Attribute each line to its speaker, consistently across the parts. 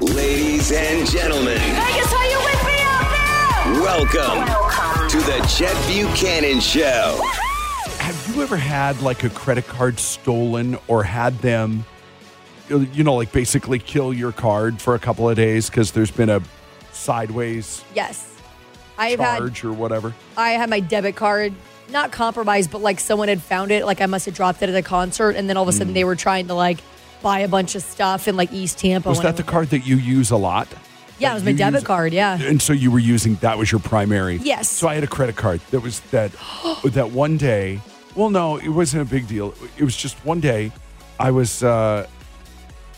Speaker 1: Ladies and gentlemen,
Speaker 2: Vegas, are you with me out
Speaker 1: welcome to the Chet Buchanan Show.
Speaker 3: Have you ever had like a credit card stolen or had them, you know, like basically kill your card for a couple of days because there's been a sideways
Speaker 4: Yes. I've had
Speaker 3: charge or whatever?
Speaker 4: I had my debit card not compromised, but like someone had found it. Like I must have dropped it at a concert, and then all of a sudden they
Speaker 3: Mm.
Speaker 4: were trying to like buy a bunch of stuff in like East Tampa.
Speaker 3: Was
Speaker 4: when
Speaker 3: that
Speaker 4: I-
Speaker 3: the card that you use a lot?
Speaker 4: yeah, it was my
Speaker 3: you
Speaker 4: debit
Speaker 3: use-
Speaker 4: card. Yeah.
Speaker 3: And so you were using that was your primary.
Speaker 4: Yes.
Speaker 3: So I had a credit card that was that that one day. Well, no, it wasn't a big deal. It was just one day. I was uh,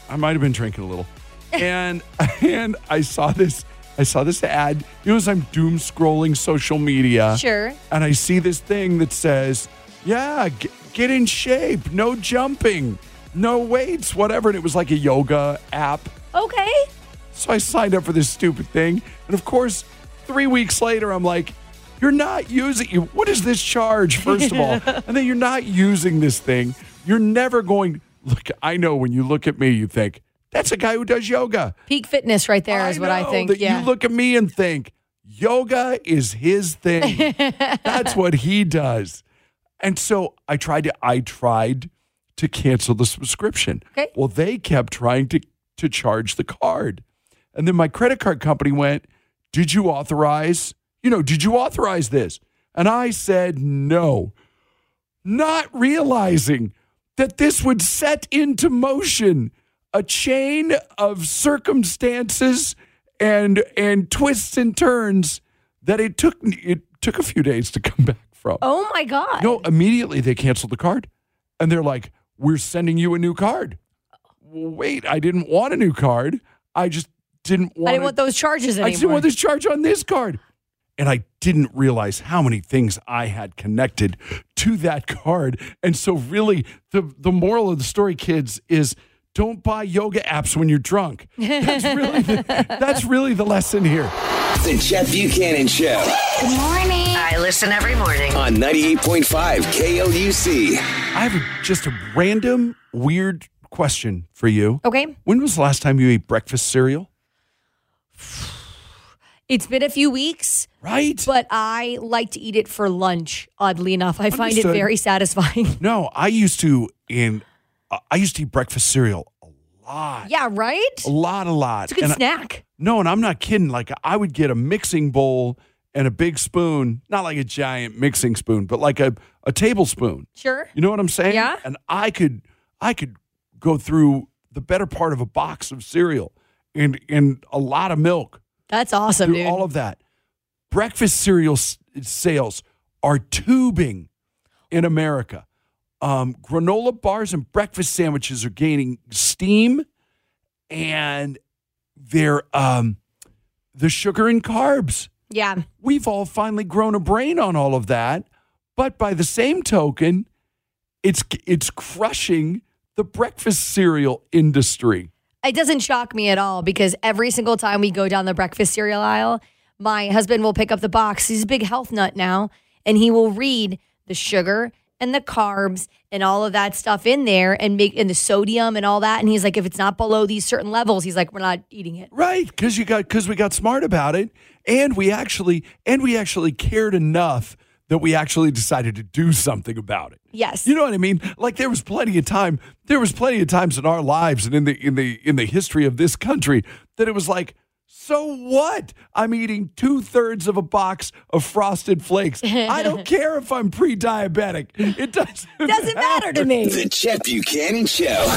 Speaker 3: I might have been drinking a little, and and I saw this I saw this ad. You know, as I'm doom scrolling social media,
Speaker 4: Sure.
Speaker 3: and I see this thing that says, "Yeah, g- get in shape, no jumping, no weights, whatever." And it was like a yoga app.
Speaker 4: Okay.
Speaker 3: So I signed up for this stupid thing. And of course, three weeks later, I'm like, you're not using you. What is this charge, first of all? and then you're not using this thing. You're never going. Look, I know when you look at me, you think, that's a guy who does yoga.
Speaker 4: Peak fitness right there is what I
Speaker 3: know
Speaker 4: think.
Speaker 3: that
Speaker 4: yeah.
Speaker 3: You look at me and think, yoga is his thing. That's what he does. And so I tried to I tried to cancel the subscription.
Speaker 4: Okay.
Speaker 3: Well, they kept trying to to charge the card. And then my credit card company went, "Did you authorize? You know, did you authorize this?" And I said, "No." Not realizing that this would set into motion a chain of circumstances and and twists and turns that it took it took a few days to come back from.
Speaker 4: oh my god.
Speaker 3: No, immediately they canceled the card. And they're like, we're sending you a new card. Wait, I didn't want a new card. I just didn't want
Speaker 4: I didn't want those charges anymore.
Speaker 3: I just didn't want this charge on this card. And I didn't realize how many things I had connected to that card. And so really the the moral of the story, kids, is don't buy yoga apps when you're drunk. That's really the, that's really the lesson here.
Speaker 1: The Chet Buchanan Show
Speaker 2: I listen every morning.
Speaker 1: on 98.5 KLUC.
Speaker 3: I have a, just a random weird question for you.
Speaker 4: Okay.
Speaker 3: When was the last time you ate breakfast cereal?
Speaker 4: It's been a few weeks,
Speaker 3: Right?
Speaker 4: but I like to eat it for lunch. Oddly enough, I find it
Speaker 3: Understood.
Speaker 4: very satisfying.
Speaker 3: no, I used to in uh, I used to eat breakfast cereal a lot.
Speaker 4: yeah. Right.
Speaker 3: A lot, a lot.
Speaker 4: It's a good
Speaker 3: and I-
Speaker 4: snack.
Speaker 3: no, and I'm not kidding. Like I would get a mixing bowl and a big spoon, not like a giant mixing spoon, but like a, a tablespoon.
Speaker 4: Sure.
Speaker 3: You know what I'm saying?
Speaker 4: Yeah.
Speaker 3: And I could I could go through the better part of a box of cereal and and a lot of milk.
Speaker 4: That's awesome,
Speaker 3: through
Speaker 4: dude.
Speaker 3: all of that. Breakfast cereal s- sales are tubing in America. Um, granola bars and breakfast sandwiches are gaining steam, and they're um, the sugar and carbs.
Speaker 4: yeah.
Speaker 3: We've all finally grown a brain on all of that, but by the same token, it's it's crushing the breakfast cereal industry.
Speaker 4: It doesn't shock me at all because every single time we go down the breakfast cereal aisle, my husband will pick up the box. He's a big health nut now, and he will read the sugar and the carbs and all of that stuff in there and make and the sodium and all that. And he's like, if it's not below these certain levels, he's like, we're not eating it.
Speaker 3: Right, because you got because we got smart about it, and we actually and we actually cared enough that we actually decided to do something about it.
Speaker 4: Yes.
Speaker 3: You know what I mean? Like there was plenty of time. There was plenty of times in our lives and in the in the in the history of this country that it was like, so what? I'm eating two thirds of a box of frosted flakes. I don't care if I'm pre-diabetic. It doesn't
Speaker 4: Doesn't matter to me.
Speaker 1: The Chet Buchanan Show.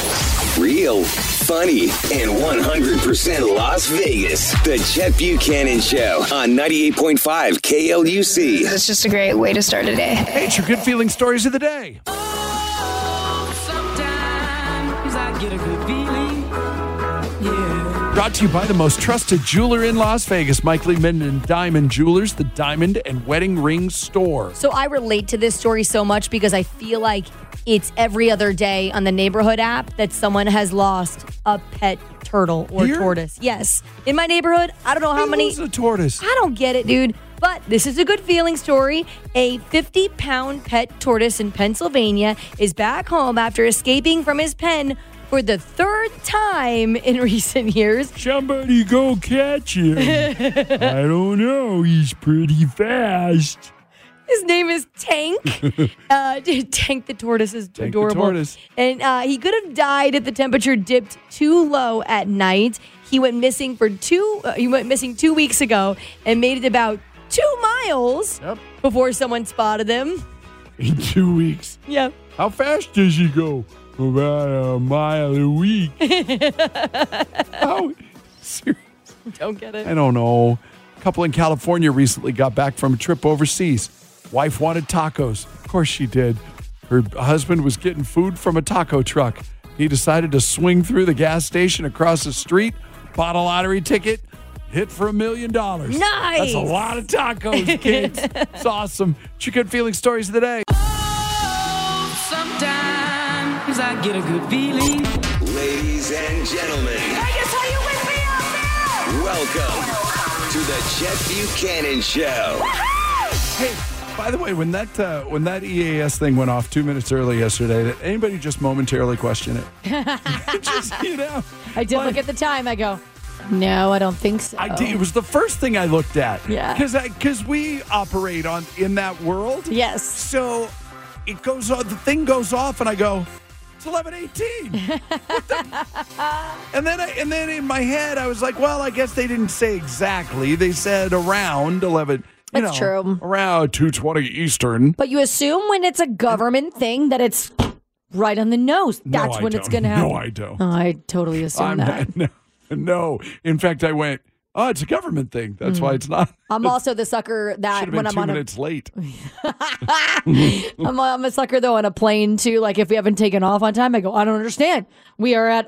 Speaker 1: Real, funny, and 100% Las Vegas. The Chet Buchanan Show on 98.5 KLUC.
Speaker 5: It's just a great way to start a day.
Speaker 3: Hey, it's your good feeling stories of the day.
Speaker 6: Sometimes I get a good feeling. Yeah.
Speaker 3: Brought to you by the most trusted jeweler in Las Vegas, Mike Lehman and Diamond Jewelers, the Diamond and Wedding Ring Store.
Speaker 4: So I relate to this story so much because I feel like it's every other day on the neighborhood app that someone has lost a pet turtle or
Speaker 3: Here?
Speaker 4: tortoise. Yes. In my neighborhood, I don't know how
Speaker 3: Who
Speaker 4: many.
Speaker 3: loses a tortoise?
Speaker 4: I don't get it, dude. But this is a good feeling story. A 50 pound pet tortoise in Pennsylvania is back home after escaping from his pen for the third time in recent years.
Speaker 3: Somebody go catch him. I don't know. He's pretty fast.
Speaker 4: His name is Tank. uh, Tank the tortoise is
Speaker 3: the
Speaker 4: adorable.
Speaker 3: tortoise.
Speaker 4: And uh, he could have died if the temperature dipped too low at night. He went missing for two. Uh, he went missing two weeks ago and made it about two miles
Speaker 3: Yep.
Speaker 4: before someone spotted him.
Speaker 3: In two weeks.
Speaker 4: Yep.
Speaker 3: How fast does he go? About a mile a week. How? Seriously.
Speaker 4: Don't get it.
Speaker 3: I don't know. A couple in California recently got back from a trip overseas. Wife wanted tacos. Of course she did. Her husband was getting food from a taco truck. He decided to swing through the gas station across the street, bought a lottery ticket, hit for a million dollars.
Speaker 4: Nice.
Speaker 3: That's a lot of tacos, kids. it's awesome. It's your good feeling stories of the day.
Speaker 6: Sometimes I get a good feeling.
Speaker 1: Ladies and gentlemen,
Speaker 7: Vegas, how you whip me up now?
Speaker 1: welcome to the Chet Buchanan Show.
Speaker 3: Hey, by the way, when that uh, when that EAS thing went off two minutes early yesterday, did anybody just momentarily question it? just you know,
Speaker 4: I did
Speaker 3: like,
Speaker 4: look at the time. I go, no, I don't think so.
Speaker 3: I did, it was the first thing I looked at.
Speaker 4: Oh. Yeah.
Speaker 3: because because we operate on in that world.
Speaker 4: Yes.
Speaker 3: So it goes on. The thing goes off, and I go. It's eleven eighteen. and then I, and then in my head I was like, well, I guess they didn't say exactly. They said around eleven. You
Speaker 4: That's
Speaker 3: know,
Speaker 4: true.
Speaker 3: Around two twenty Eastern.
Speaker 4: But you assume when it's a government thing that it's right on the nose.
Speaker 3: No,
Speaker 4: That's
Speaker 3: I
Speaker 4: when it's
Speaker 3: don't.
Speaker 4: going to happen.
Speaker 3: No, I don't.
Speaker 4: Oh, I totally assume
Speaker 3: I'm
Speaker 4: that.
Speaker 3: not, no, no. In fact, I went. Oh, it's a government thing. That's why it's not.
Speaker 4: Mm. I'm also the sucker
Speaker 3: Should
Speaker 4: that
Speaker 3: have
Speaker 4: when
Speaker 3: been
Speaker 4: I'm
Speaker 3: two
Speaker 4: on a,
Speaker 3: minutes late.
Speaker 4: I'm, a, I'm a sucker though on a plane too. Like if we haven't taken off on time, I go, I don't understand. We are at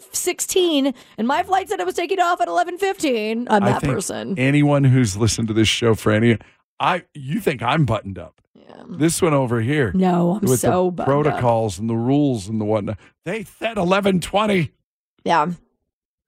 Speaker 4: 11:16 and my flight said it was taking off at 11:15. I'm
Speaker 3: I
Speaker 4: that
Speaker 3: think
Speaker 4: person.
Speaker 3: Anyone who's listened to this show for any, I you think I'm buttoned up? This one over here.
Speaker 4: No, I'm
Speaker 3: with
Speaker 4: so
Speaker 3: the
Speaker 4: bummed up.
Speaker 3: protocols and the rules and the whatnot. They said eleven twenty.
Speaker 4: Yeah.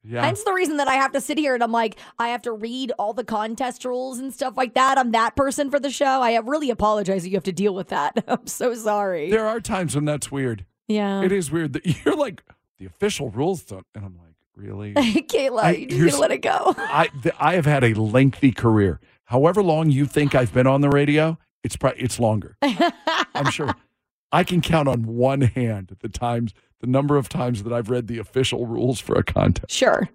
Speaker 3: Yeah.
Speaker 4: Hence the reason that I have to sit here and I'm like, I have to read all the contest rules and stuff like that. I'm that person for the show. I really apologize that you have to deal with that. I'm so sorry.
Speaker 3: there are times when that's weird.
Speaker 4: yeah.
Speaker 3: It is weird that you're like the official rules don't, and I'm like, really?
Speaker 4: Kayla,
Speaker 3: I-
Speaker 4: you just
Speaker 3: here's-
Speaker 4: gotta let it go.
Speaker 3: I th- I have had a lengthy career. However long you think I've been on the radio, it's pro- it's longer. I'm sure. I can count on one hand the times the number of times that I've read the official rules for a contest.
Speaker 4: Sure.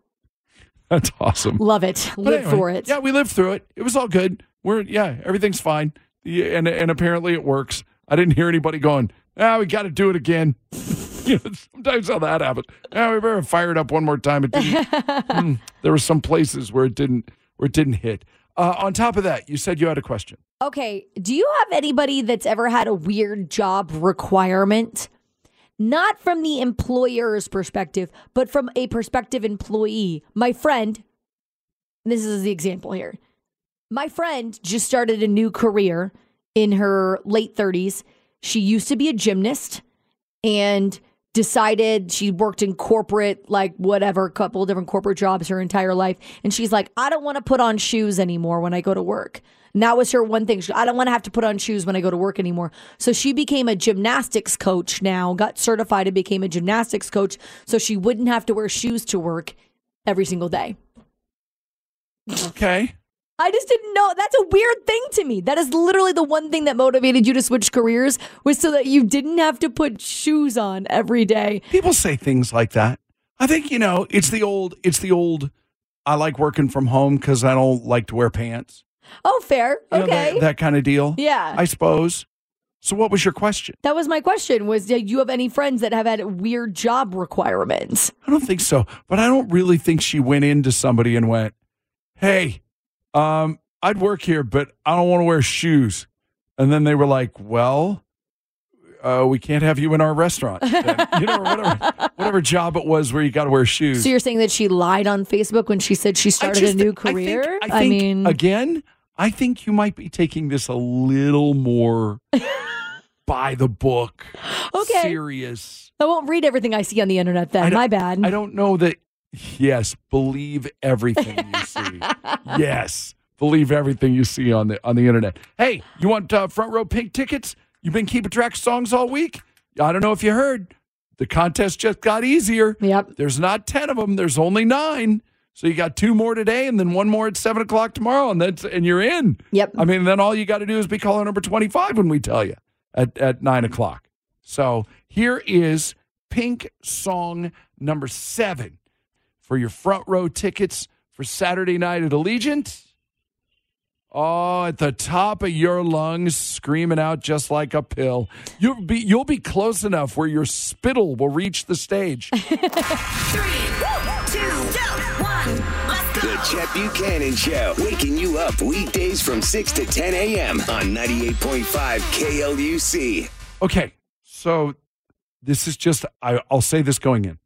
Speaker 3: That's awesome.
Speaker 4: Love it.
Speaker 3: But
Speaker 4: Live
Speaker 3: anyway,
Speaker 4: for it.
Speaker 3: Yeah, we lived through it. It was all good. We're yeah, everything's fine. Yeah, and and apparently it works. I didn't hear anybody going, "Ah, we got to do it again." you know, sometimes how that happens. "Ah, Yeah, we better fire it up one more time. It didn't. Hmm. there were some places where it didn't where it didn't hit. Uh, on top of that, you said you had a question.
Speaker 4: Okay. Do you have anybody that's ever had a weird job requirement? Not from the employer's perspective, but from a prospective employee. My friend, this is the example here. My friend just started a new career in her late 30s. She used to be a gymnast and decided she worked in corporate, like whatever, couple different corporate jobs her entire life. And she's like, I don't want to put on shoes anymore when I go to work. And that was her one thing. She, I don't want to have to put on shoes when I go to work anymore. So she became a gymnastics coach now, got certified and became a gymnastics coach. So she wouldn't have to wear shoes to work every single day.
Speaker 3: Okay.
Speaker 4: I just didn't know. That's a weird thing to me. That is literally the one thing that motivated you to switch careers was so that you didn't have to put shoes on every day.
Speaker 3: People say things like that. I think you know it's the old. It's the old. I like working from home because I don't like to wear pants.
Speaker 4: Oh, fair.
Speaker 3: You know,
Speaker 4: okay.
Speaker 3: that, that kind of deal.
Speaker 4: Yeah.
Speaker 3: I suppose. So, what was your question?
Speaker 4: that was my question was do you have any friends that have had weird job requirements?
Speaker 3: I don't think so, but I don't really think she went into somebody and went, "Hey, um, I'd work here, but I don't want to wear shoes." And then they were like, "Well, uh, we can't have you in our restaurant." then." you know, or whatever whatever job it was where you got to wear shoes.
Speaker 4: So you're saying that she lied on Facebook when she said she
Speaker 3: I
Speaker 4: started
Speaker 3: just-
Speaker 4: a new
Speaker 3: I think-
Speaker 4: career?
Speaker 3: I, think,
Speaker 4: mean,
Speaker 3: again, I think you might be taking this a little more by the book,
Speaker 4: Okay.
Speaker 3: serious.
Speaker 4: I won't read everything I see on the internet
Speaker 3: I
Speaker 4: then.
Speaker 3: don't-
Speaker 4: My bad.
Speaker 3: I don't know that. Yes, believe everything you see. yes, believe everything you see on the on the internet. Hey, you want uh, front row pink tickets? You've been keeping track of songs all week. I don't know if you heard, the contest just got easier.
Speaker 4: Yep.
Speaker 3: There's not ten of them. There's only nine. So you got two more today, and then one more at seven o'clock tomorrow, and that's and you're in.
Speaker 4: Yep.
Speaker 3: I mean, then all you got to do is be caller number twenty five when we tell you at at nine o'clock. So here is Pink song number seven for your front row tickets for Saturday night at Allegiant. Oh, at the top of your lungs, screaming out just like a pill. You'll be you'll be close enough where your spittle will reach the stage.
Speaker 1: The Chet Buchanan Show, waking you up weekdays from 6 to 10 a.m. on 98.5 KLUC.
Speaker 3: Okay, so this is just I, I'll say this going in.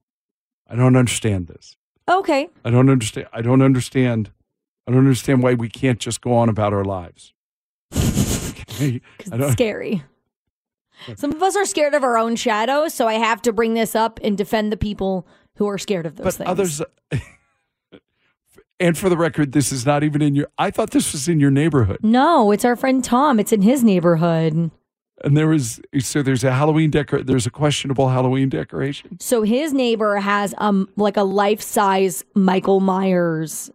Speaker 3: I don't understand this.
Speaker 4: okay.
Speaker 3: I don't understand. I don't understand. I don't understand why we can't just go on about our lives. Okay, I
Speaker 4: Because it's
Speaker 3: don't-
Speaker 4: scary. Some of us are scared of our own shadows, so I have to bring this up and defend the people who are scared of those
Speaker 3: but
Speaker 4: things.
Speaker 3: others. uh, and for the record, this is not even in your. I thought this was in your neighborhood,
Speaker 4: No, it's our friend Tom. It's in his neighborhood.
Speaker 3: and there was so there's a Halloween decor. There's a questionable Halloween decoration.
Speaker 4: So his neighbor has um like a life size Michael Myers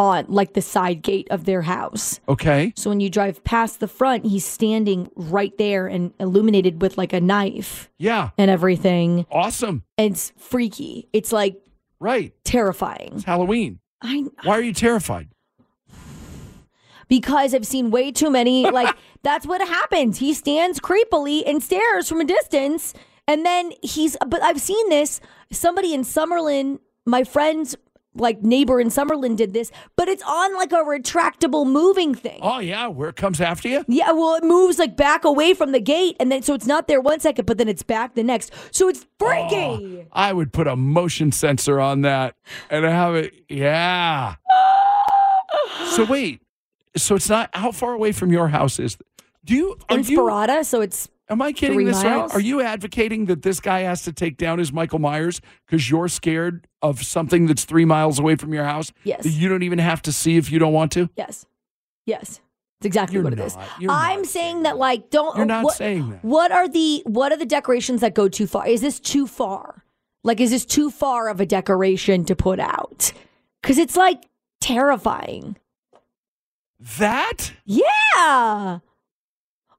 Speaker 4: on like the side gate of their house.
Speaker 3: Okay,
Speaker 4: So when you drive past the front, he's standing right there and illuminated with like a knife
Speaker 3: yeah,
Speaker 4: and everything.
Speaker 3: awesome,
Speaker 4: It's freaky. It's like
Speaker 3: right?
Speaker 4: terrifying.
Speaker 3: It's Halloween.
Speaker 4: I
Speaker 3: Why are you terrified?
Speaker 4: because I've seen way too many. Like that's what happens. He stands creepily and stares from a distance, and then he's. But I've seen this. Somebody in Summerlin, my friend's like neighbor in Summerlin did this, but it's on like a retractable moving thing.
Speaker 3: Oh yeah, where it comes after you.
Speaker 4: Yeah, well, it moves like back away from the gate, and then so it's not there one second, but then it's back the next. So it's
Speaker 3: Oh.
Speaker 4: freaky.
Speaker 3: I would put a motion sensor on that and have it. Yeah. so wait. So it's not how far away from your house is? Do you are you?
Speaker 4: Inspirata, so it's
Speaker 3: Am I getting
Speaker 4: Three
Speaker 3: this
Speaker 4: miles?
Speaker 3: right? Are you advocating that this guy has to take down his Michael Myers because you're scared of something that's three miles away from your house?
Speaker 4: Yes.
Speaker 3: That you don't even have to see if you don't want to.
Speaker 4: Yes. Yes. It's exactly
Speaker 3: You're
Speaker 4: what it is.
Speaker 3: not- you're
Speaker 4: I'm saying
Speaker 3: not saying
Speaker 4: that
Speaker 3: that.
Speaker 4: like don't
Speaker 3: You're not
Speaker 4: what,
Speaker 3: saying that.
Speaker 4: What are the what are the decorations that go too far? Is this too far? Like is this too far of a decoration to put out? Cuz it's like terrifying.
Speaker 3: That
Speaker 4: Yeah.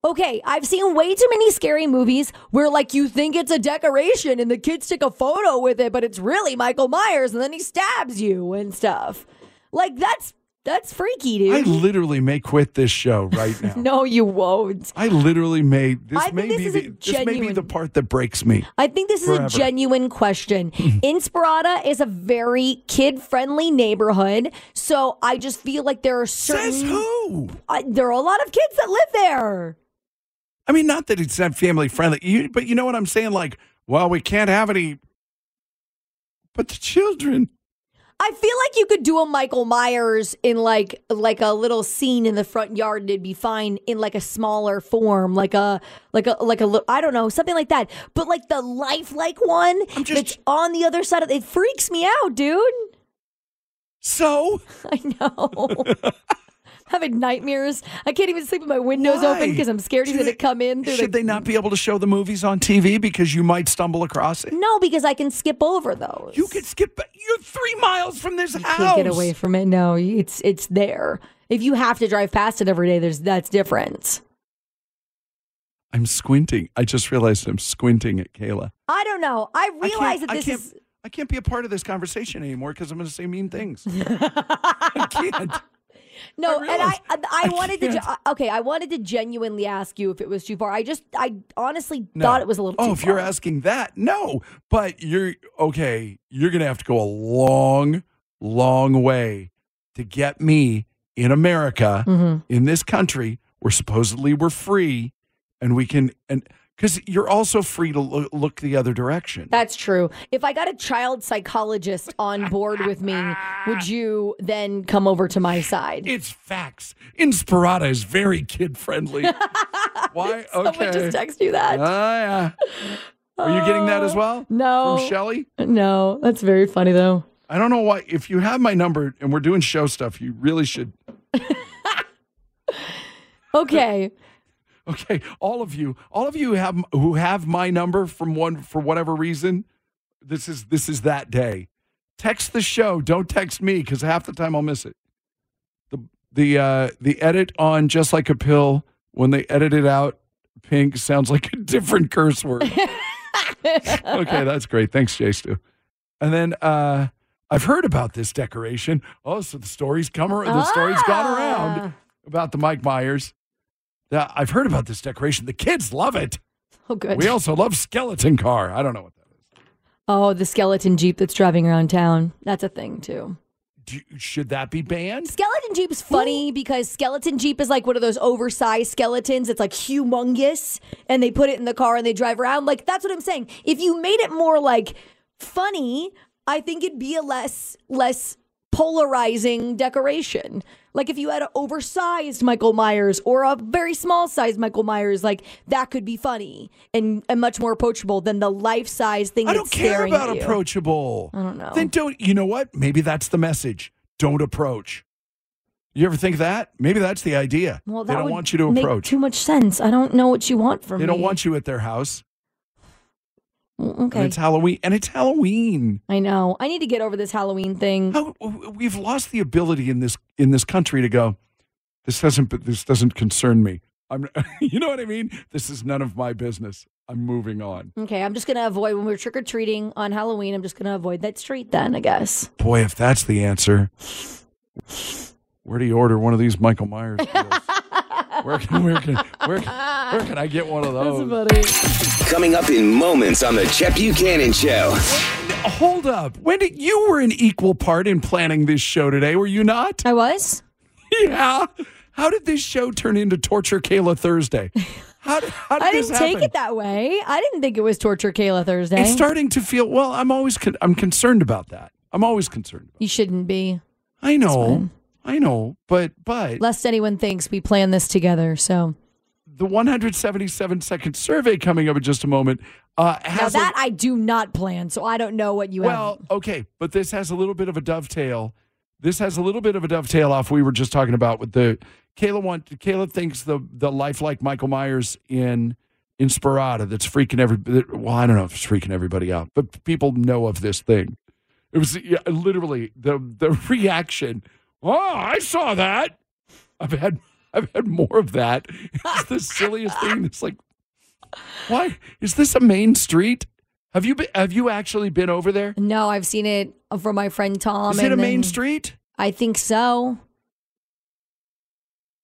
Speaker 4: Okay, I've seen way too many scary movies where like you think it's a decoration and the kids take a photo with it, but it's really Michael Myers and then he stabs you and stuff. Like that's that's freaky, dude.
Speaker 3: I literally may quit this show right now.
Speaker 4: no, you won't.
Speaker 3: I literally may. This
Speaker 4: I think
Speaker 3: may
Speaker 4: this
Speaker 3: be
Speaker 4: is
Speaker 3: the,
Speaker 4: a
Speaker 3: this may be the
Speaker 4: genuine-
Speaker 3: part that breaks me.
Speaker 4: I think this
Speaker 3: Forever. Hmm.
Speaker 4: is a genuine question. Inspirata is a very kid-friendly neighborhood, so I just feel like there are certain
Speaker 3: Says who?
Speaker 4: I- there are a lot of kids that live there.
Speaker 3: I mean, not that it's not family friendly, you, but you know what I'm saying? Like, well, we can't have any. But the children.
Speaker 4: I feel like you could do a Michael Myers in like like a little scene in the front yard and it'd be fine in like a smaller form, like a like a like a li- I don't know, something like that. But like the lifelike one
Speaker 3: I'm just-
Speaker 4: that's on the other side of it freaks me out, dude.
Speaker 3: So
Speaker 4: I know. Having nightmares. I can't even sleep with my windows
Speaker 3: Why?
Speaker 4: open because I'm scared he's
Speaker 3: Should
Speaker 4: going to
Speaker 3: they-
Speaker 4: come in. Through
Speaker 3: should
Speaker 4: the...
Speaker 3: they not be able to show the movies on TV because you might stumble across it?
Speaker 4: No, because I can skip over those.
Speaker 3: You could skip. You're three miles from this
Speaker 4: You
Speaker 3: house.
Speaker 4: can't get away from it. No, it's it's there. If you have to drive past it every day, there's that's different.
Speaker 3: I'm squinting. I just realized I'm squinting at Kayla.
Speaker 8: I don't know. I realize
Speaker 3: can't-
Speaker 8: that
Speaker 3: I
Speaker 8: this
Speaker 3: can't-
Speaker 8: is
Speaker 3: I can't be a part of this conversation anymore because I'm going to say mean things. I can't.
Speaker 4: No,
Speaker 8: I
Speaker 4: and I
Speaker 8: realize-
Speaker 4: I, I
Speaker 3: I
Speaker 4: wanted to
Speaker 3: can't.
Speaker 4: ge- okay, I wanted to genuinely ask you if it was too far. I just I honestly thought it was a little
Speaker 3: Oh,
Speaker 4: too
Speaker 3: if you're
Speaker 4: far.
Speaker 3: asking that, no. But you're okay. You're going to have to go a long, long way to get me in America,
Speaker 4: Mm-hmm.
Speaker 3: in this country where supposedly we're free and we can and because you're also free to lo- look the other direction.
Speaker 4: That's true. If I got a child psychologist on board with me, would you then come over to my side?
Speaker 3: It's facts. Inspirata is very kid friendly. Why?
Speaker 4: Someone
Speaker 3: okay.
Speaker 4: just text you that. Oh,
Speaker 3: Ah, yeah. Are you getting that as well?
Speaker 4: no.
Speaker 3: From Shelly?
Speaker 4: no, that's very funny though.
Speaker 3: I don't know why. If you have my number and we're doing show stuff, you really should.
Speaker 4: Okay.
Speaker 3: Okay, all of you, all of you have who have my number from one for whatever reason. This is this is that day. Text the show. Don't text me because half the time I'll miss it. The the uh, the edit on just like a pill when they edit it out, pink sounds like a different curse word. okay, that's great. Thanks, Jay Stu. And then uh, I've heard about this decoration. Oh, so the story's come around. The story's gone
Speaker 4: Ah.
Speaker 3: around about the Mike Myers. Yeah, I've heard about this decoration. The kids love it.
Speaker 4: Oh good.
Speaker 3: We also love skeleton car. I don't know what that is.
Speaker 4: oh, the skeleton jeep that's driving around town. That's a thing too.
Speaker 3: Do you- should that be banned?
Speaker 4: Skeleton Jeep's funny because Skeleton Jeep is like one of those oversized skeletons. It's like humongous, and they put it in the car and they drive around. Like, that's what I'm saying. If you made it more like funny, I think it'd be a less, less polarizing decoration. Like, if you had an oversized Michael Myers or a very small sized Michael Myers, like that could be funny and, and much more approachable than the life size thing
Speaker 3: I
Speaker 4: that's
Speaker 3: don't care
Speaker 4: staring
Speaker 3: about
Speaker 4: at you. Mm,
Speaker 3: approachable.
Speaker 4: I don't know.
Speaker 3: Then don't. You know what? Maybe that's the message. Don't approach. You ever think of that? Maybe that's the idea.
Speaker 4: Well, that
Speaker 3: they don't
Speaker 4: would
Speaker 3: want you to
Speaker 4: make
Speaker 3: approach.
Speaker 4: too much sense. I don't know what you want from
Speaker 3: they don't
Speaker 4: me.
Speaker 3: want you at their house. And
Speaker 4: Okay.
Speaker 3: it's Halloween. And it's Halloween.
Speaker 4: I know. I need to get over this Halloween thing.
Speaker 3: How, we've lost the ability in this in this country to go. This doesn't this doesn't concern me. I'm, you know what I mean. This is none of my business. I'm moving on.
Speaker 4: Okay, I'm just gonna avoid when we're trick or treating on Halloween. I'm just gonna avoid that street then. I guess.
Speaker 3: Boy, if that's the answer, where do you order one of these Michael Myers? Deals? where can where can where, can- where can I get one of those?
Speaker 1: Coming up in moments on the Chet Buchanan Show.
Speaker 3: Hold up, Wendy, you were an equal part in planning this show today, were you not?
Speaker 4: I was.
Speaker 3: yeah. How did this show turn into Torture Kayla Thursday? How, did- how did
Speaker 4: I
Speaker 3: this
Speaker 4: didn't take
Speaker 3: happen?
Speaker 4: it that way. I didn't think it was torture, Kayla Thursday.
Speaker 3: It's starting to feel well. I'm always con- I'm concerned about that. I'm always concerned. About
Speaker 4: you shouldn't be.
Speaker 3: I know,
Speaker 4: fine.
Speaker 3: I know, but but
Speaker 4: Lest anyone thinks we planned this together. So
Speaker 3: the 177 second survey coming up in just a moment uh,
Speaker 4: now
Speaker 3: has a-
Speaker 4: that I do not plan, so I don't know what you
Speaker 3: well, okay, but this has a little bit of a dovetail. This has a little bit of a dovetail off we were just talking about with the Kayla want Kayla thinks the the lifelike Michael Myers in Inspirata that's freaking every that- well I don't know if it's freaking everybody out, but people know of this thing. It was yeah, literally the the reaction. Oh, I saw that. I've had I've had more of that. It's the silliest thing. It's like, why is this a main street? Have you been, have you actually been over there?
Speaker 4: have. No, I've seen it from my friend Tom.
Speaker 3: Is it
Speaker 4: and
Speaker 3: a main
Speaker 4: then-
Speaker 3: street?
Speaker 4: I think so.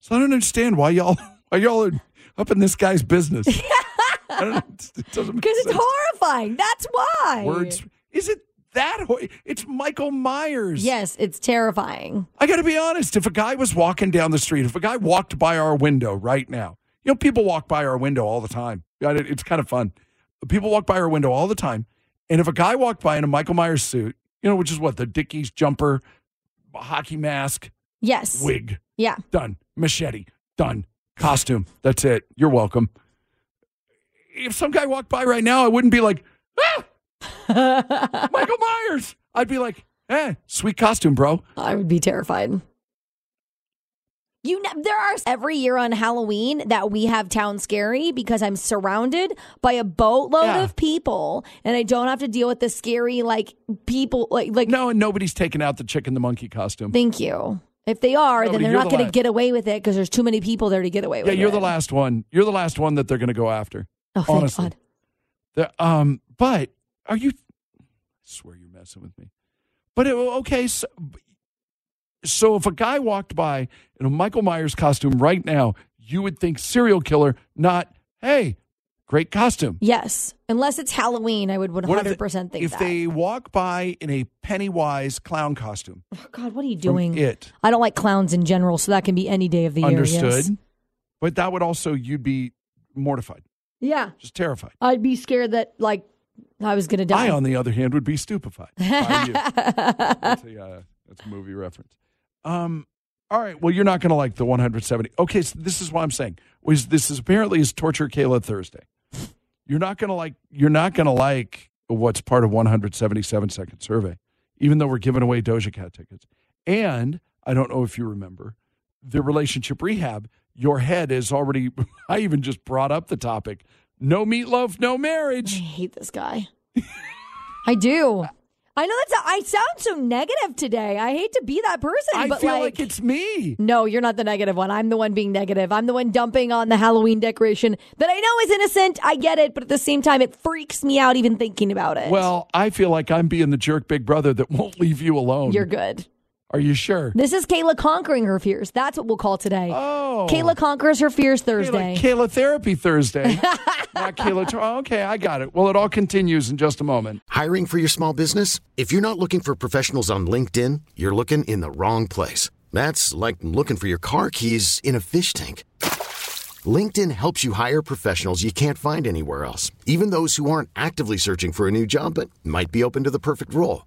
Speaker 3: So I don't understand why y'all why y'all are up in this guy's business. I don't, it doesn't make
Speaker 4: Because it's
Speaker 3: sense.
Speaker 4: horrifying. That's why.
Speaker 3: Words. Is it that? Ho- it's Michael Myers.
Speaker 4: Yes, it's terrifying.
Speaker 3: I got to be honest. If a guy was walking down the street, if a guy walked by our window right now, you know, people walk by our window all the time. Yeah, it- It's kind of fun. People walk by our window all the time. And if a guy walked by in a Michael Myers suit, you know, which is what the Dickies jumper, hockey mask,
Speaker 4: Yes.
Speaker 3: wig,
Speaker 4: Yeah.
Speaker 3: done. Machete, done. Costume, that's it. You're welcome. If some guy walked by right now, I wouldn't be like, ah, Michael Myers. I'd be like, eh, sweet costume, bro.
Speaker 4: I would be terrified. You know, there are every year on Halloween that we have town scary because I'm surrounded by a boatload
Speaker 3: Yeah.
Speaker 4: of people and I don't have to deal with the scary like people like like
Speaker 3: No, and nobody's taking out the chicken the monkey costume.
Speaker 4: thank you. If they are,
Speaker 3: Nobody,
Speaker 4: then
Speaker 3: you're
Speaker 4: they're not
Speaker 3: the
Speaker 4: going to
Speaker 3: last.
Speaker 4: get away with it because there's too many people there to get away
Speaker 3: Yeah,
Speaker 4: with
Speaker 3: you're
Speaker 4: it.
Speaker 3: the last one. You're the last one that they're going to go after.
Speaker 4: Oh, thank
Speaker 3: honestly.
Speaker 4: God.
Speaker 3: The- um, but are you? I swear you're messing with me. But it, okay, so, so if a guy walked by in a Michael Myers costume right now, you would think serial killer, not hey, great costume.
Speaker 4: Yes, unless it's Halloween, I would 100%
Speaker 3: What if
Speaker 4: think
Speaker 3: if
Speaker 4: that.
Speaker 3: they walk by in a Pennywise clown costume?
Speaker 4: oh, God, what are you
Speaker 3: from
Speaker 4: doing?
Speaker 3: it
Speaker 4: I don't like clowns in general, so that can be any day of the
Speaker 3: understood,
Speaker 4: year. yes.
Speaker 3: but that would also you'd be mortified,
Speaker 4: Yeah,
Speaker 3: just terrified.
Speaker 4: I'd be scared that like I was going to die.
Speaker 3: I, on the other hand, would be stupefied. by you. that's, a, uh, that's a movie reference. Um, all right. Well, you're not going to like the 170. Okay, so this is what I'm saying. Was this is apparently is torture Kayla Thursday? You're not going to like. You're not going to like what's part of 177 second survey, even though we're giving away Doja Cat tickets. And I don't know if you remember the relationship rehab. Your head is already. I even just brought up the topic. No meatloaf, no marriage.
Speaker 4: I hate this guy. I do. I know that's. I sound so negative today. I hate to be that person.
Speaker 3: I
Speaker 4: but
Speaker 3: feel like, it's me.
Speaker 4: No, you're not the negative one. I'm the one being negative. I'm the one dumping on the Halloween decoration that I know is innocent. I get it, but at the same time, it freaks me out even thinking about it.
Speaker 3: Well, I feel like I'm being the jerk big brother that won't leave you alone.
Speaker 4: you're good.
Speaker 3: Are you sure?
Speaker 4: This is Kayla conquering her fears. That's what we'll call today.
Speaker 3: Oh.
Speaker 4: Kayla conquers her fears Thursday.
Speaker 3: Kayla, Kayla Therapy Thursday. Not Kayla. Tor- oh, okay, I got it. Well, it all continues in just a moment.
Speaker 9: Hiring for your small business? If you're not looking for professionals on LinkedIn, you're looking in the wrong place. That's like looking for your car keys in a fish tank. LinkedIn helps you hire professionals you can't find anywhere else, even those who aren't actively searching for a new job but might be open to the perfect role.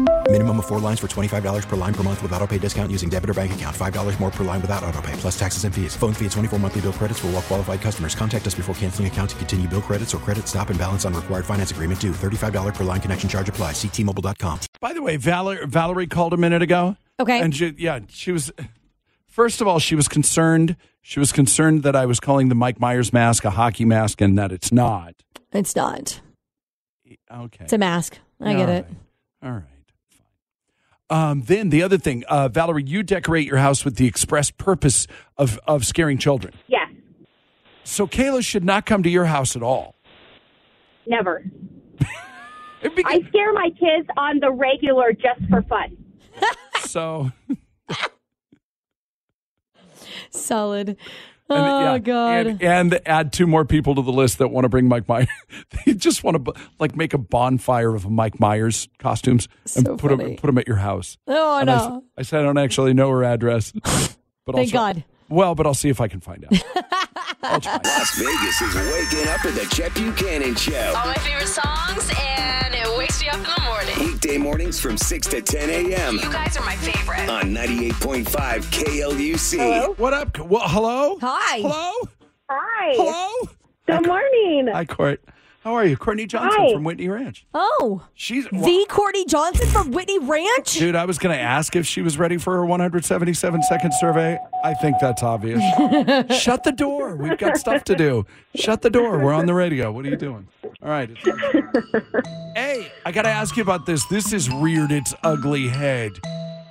Speaker 10: Minimum of four lines for $25 per line per month with auto pay discount using debit or bank account. $5 more per line without auto pay, plus taxes and fees. Phone fee at 24 monthly bill credits for all qualified customers. Contact us before canceling account to continue bill credits or credit stop and balance on required finance agreement due. $35 per line connection charge applies. Ctmobile.com.
Speaker 3: By the way, Valer- Valerie called a minute ago.
Speaker 4: Okay.
Speaker 3: And she, yeah, she was. First of all, she was concerned. She was concerned that I was calling the Mike Myers mask a hockey mask and that it's not.
Speaker 4: it's not.
Speaker 3: Okay.
Speaker 4: It's a mask. I get
Speaker 3: All
Speaker 4: it.
Speaker 3: All right, fine. Um, then the other thing, uh, Valerie, you decorate your house with the express purpose of of scaring children.
Speaker 11: Yes,
Speaker 3: So Kayla should not come to your house at all.
Speaker 11: never. I scare my kids on the regular just for fun.
Speaker 3: So
Speaker 4: Solid.
Speaker 3: and,
Speaker 4: oh
Speaker 3: yeah,
Speaker 4: God.
Speaker 3: and, and add two more people to the list that want to bring Mike Myers. they just want to like make a bonfire of Mike Myers costumes and
Speaker 4: So
Speaker 3: put them
Speaker 4: funny.
Speaker 3: put 'em at your house.
Speaker 4: Oh, I
Speaker 3: And I, s-
Speaker 4: know.
Speaker 3: I said I don't actually know her address, but
Speaker 4: Thank
Speaker 3: also-
Speaker 4: God.
Speaker 3: Well, but I'll see if I can find out.
Speaker 1: Las Vegas is waking up with the Chet Buchanan Show.
Speaker 7: Oh,
Speaker 2: All my favorite songs, and it wakes me up in the morning.
Speaker 1: Weekday mornings from 6 to 10 a.m.
Speaker 2: You guys are my favorite.
Speaker 1: on 98.5 KLUC.
Speaker 3: What up? Well, hello.
Speaker 1: Hi.
Speaker 3: Hello.
Speaker 11: Hi.
Speaker 3: Hello.
Speaker 11: Good morning.
Speaker 3: Hi, Court. How are you, Courtney Johnson
Speaker 4: Hi.
Speaker 3: from Whitney Ranch?
Speaker 4: Oh.
Speaker 3: She's
Speaker 4: the Courtney Johnson from Whitney Ranch.
Speaker 3: Dude, I was going to ask if she was ready for her 177 second survey. I think that's obvious. Shut the door. We've got stuff to do. Shut the door. We're on the radio. What are you doing? All right. it's- hey, I got to ask you about this. This is reared its ugly head.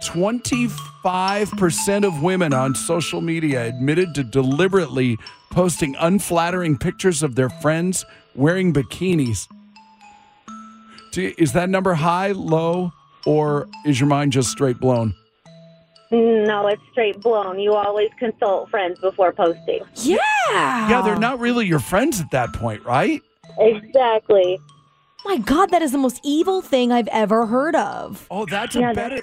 Speaker 3: 25% of women on social media admitted to deliberately posting unflattering pictures of their friends wearing bikinis. Do, is that number high, low, or is your mind just straight blown?
Speaker 11: No, it's straight blown. You always consult friends before posting.
Speaker 4: Yeah.
Speaker 3: Yeah, they're not really your friends at that point, right?
Speaker 11: Exactly.
Speaker 4: Oh, My God, that is the most evil thing I've ever heard of.
Speaker 3: Oh, that's a better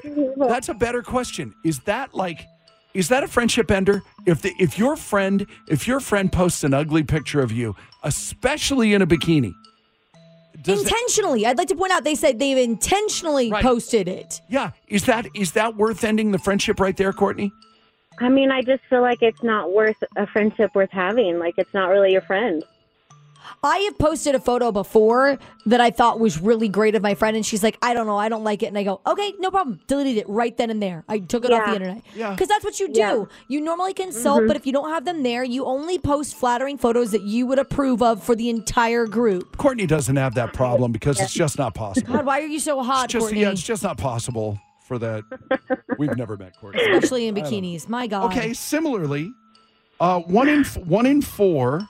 Speaker 3: that's, a better question. Is that like is that a friendship ender? If the, if your friend if your friend posts an ugly picture of you, especially in a bikini, does that-
Speaker 4: intentionally. I'd like to point out they said they've intentionally posted it.
Speaker 3: yeah, is that is that worth ending the friendship right there, Courtney?
Speaker 11: I mean, I just feel like it's not worth a friendship worth having. Like, it's not really your friend.
Speaker 4: I have posted a photo before that I thought was really great of my friend, and she's like, I don't know, I don't like it. And I go, okay, no problem. Deleted it right then and there. I took it off the
Speaker 11: Yeah.
Speaker 4: internet.
Speaker 11: Yeah.
Speaker 4: Because that's what you do.
Speaker 11: Yeah.
Speaker 4: You normally consult,
Speaker 11: Mhm.
Speaker 4: but if you don't have them there, you only post flattering photos that you would approve of for the entire group.
Speaker 3: Courtney doesn't have that problem because it's just not possible.
Speaker 4: God, why are you so hot,
Speaker 3: It's just
Speaker 4: Courtney?
Speaker 3: yeah, it's just not possible for that. We've never met Courtney.
Speaker 4: Especially in
Speaker 3: I don't know.
Speaker 4: bikinis. My God.
Speaker 3: Okay. Similarly, uh, one in f- one in four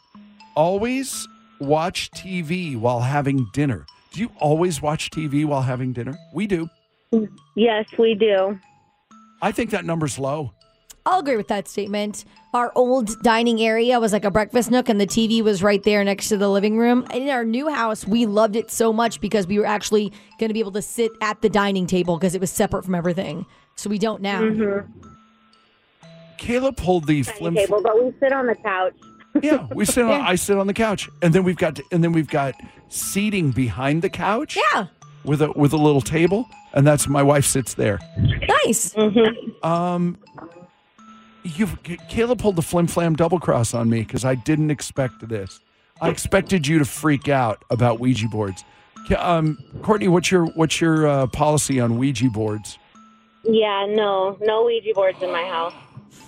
Speaker 3: always watch TV while having dinner. Do you always watch TV while having dinner? We do.
Speaker 11: Yes, we do.
Speaker 3: I think that number's low.
Speaker 4: I'll agree with that statement. Our old dining area was like a breakfast nook, and the TV was right there next to the living room. And in our new house, we loved it so much because we were actually going to be able to sit at the dining table because it was separate from everything. So we don't now.
Speaker 3: Mm-hmm. Kayla pulled the flim.
Speaker 11: Table, but we sit on the couch.
Speaker 3: Yeah, we sit on. I sit on the couch, and then we've got and then we've got seating behind the couch.
Speaker 4: Yeah.
Speaker 3: With a with a little table, and that's my wife sits there.
Speaker 4: Nice.
Speaker 3: Um, you Kayla pulled the flim flam double cross on me because I didn't expect this. I expected you to freak out about Ouija boards. Ca- Um, Courtney, what's your what's your uh, policy on Ouija boards?
Speaker 11: Yeah, no, no Ouija boards in my house.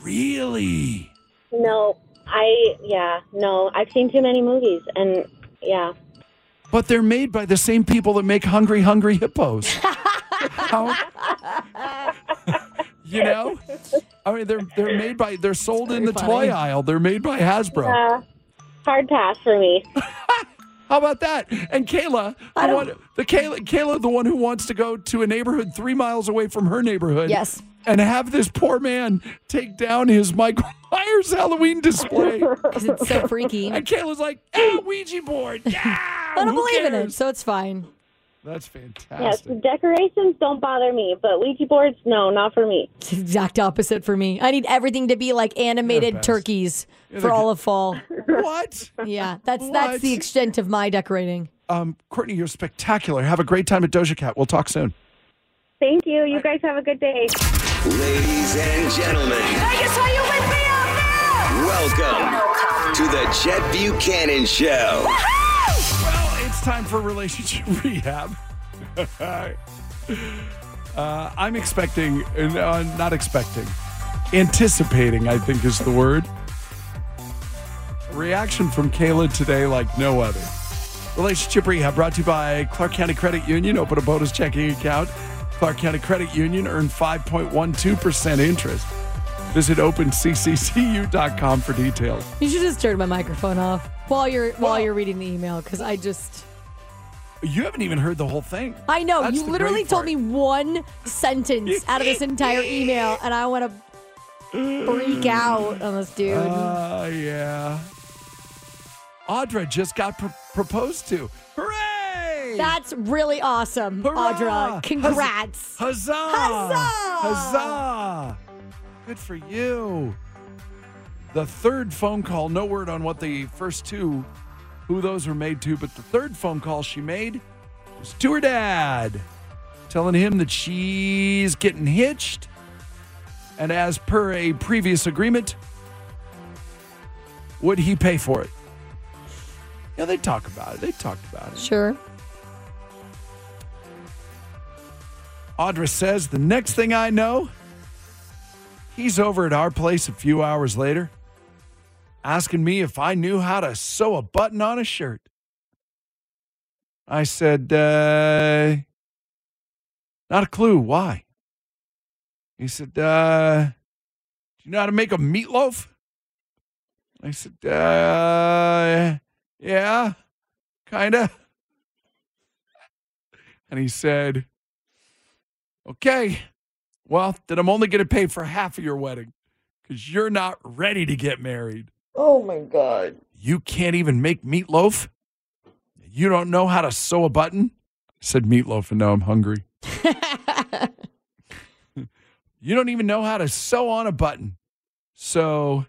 Speaker 3: Really?
Speaker 11: No, I, yeah, no. I've seen too many movies, and yeah.
Speaker 3: But they're made by the same people that make Hungry Hungry Hippos. How? you know, I mean they're they're made by they're sold in the toy aisle. They're made by Hasbro.
Speaker 11: Uh, hard pass for me.
Speaker 3: How about that? And Kayla, the, one, the Kayla, Kayla, the one who wants to go to a neighborhood three miles away from her neighborhood.
Speaker 4: Yes.
Speaker 3: And have this poor man take down his Michael Myers Halloween display.
Speaker 4: Because it's so freaky.
Speaker 3: And Kayla's like, ah, Ouija board. Yeah,
Speaker 4: I don't
Speaker 3: who
Speaker 4: believe in it,
Speaker 3: cares?"
Speaker 4: so it's fine.
Speaker 3: That's
Speaker 11: Yes,
Speaker 3: fantastic.
Speaker 11: decorations don't bother me, but Ouija boards, no, not for me.
Speaker 4: It's the exact opposite for me. I need everything to be like animated
Speaker 11: best.
Speaker 4: turkeys
Speaker 3: You're
Speaker 4: for
Speaker 3: the-
Speaker 4: all of fall.
Speaker 3: What?
Speaker 4: Yeah, that's that's the
Speaker 3: What?
Speaker 4: extent of my decorating.
Speaker 3: Um, Courtney, you're spectacular. Have a great time at Doja Cat. We'll talk soon.
Speaker 11: Thank you. You guys have a good day.
Speaker 1: Ladies and gentlemen, welcome to the Jet Buchanan Show.
Speaker 3: Well, it's time for relationship rehab. uh, I'm expecting, uh, not expecting, anticipating, I think is the word. Reaction from Kayla today, like no other. Relationship rehab brought to you by Clark County Credit Union. Open a bonus checking account. Clark County Credit Union earned 5.12% interest. Visit opencccu.com for details.
Speaker 4: You should just turn my microphone off while you're while you're reading the email because I just
Speaker 3: You haven't even heard the whole thing.
Speaker 4: I know
Speaker 3: That's
Speaker 4: you
Speaker 3: the
Speaker 4: literally
Speaker 3: great
Speaker 4: told
Speaker 3: part.
Speaker 4: me one sentence out of this entire email, and I want to freak out on this dude.
Speaker 3: Oh, yeah. Audra just got pro- proposed to. Hooray!
Speaker 4: That's really awesome,
Speaker 3: Hurrah!
Speaker 4: Audra. Congrats.
Speaker 3: Huzzah! Huzzah! Good for you. The third phone call, no word on what the first two, who those were made to, but the third phone call she made was to her dad, telling him that she's getting hitched. And as per a previous agreement, would he pay for it? Yeah, they talk about it. They talked about it.
Speaker 4: Sure.
Speaker 3: Audra says, the next thing I know, he's over at our place a few hours later, asking me if I knew how to sew a button on a shirt. I said, uh, not a clue. Why? He said, uh, do you know how to make a meatloaf? I said, uh, yeah, kinda. And he said, Okay. Well, then I'm only going to pay for half of your wedding because you're not ready to get married.
Speaker 4: Oh my God.
Speaker 3: You can't even make meatloaf? You don't know how to sew a button? I said meatloaf, and now I'm hungry. you don't even know how to sew on a button. So,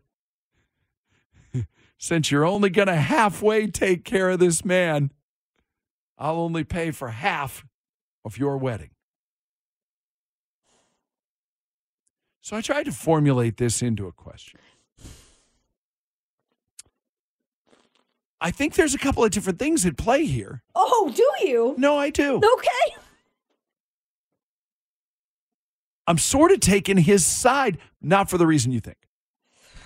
Speaker 3: since you're only going to halfway take care of this man, I'll only pay for half of your wedding. So I tried to formulate this into a question. I think there's a couple of different things at play here.
Speaker 4: Oh, do you?
Speaker 3: No, I do.
Speaker 4: Okay.
Speaker 3: I'm sort of taking his side, not for the reason you think.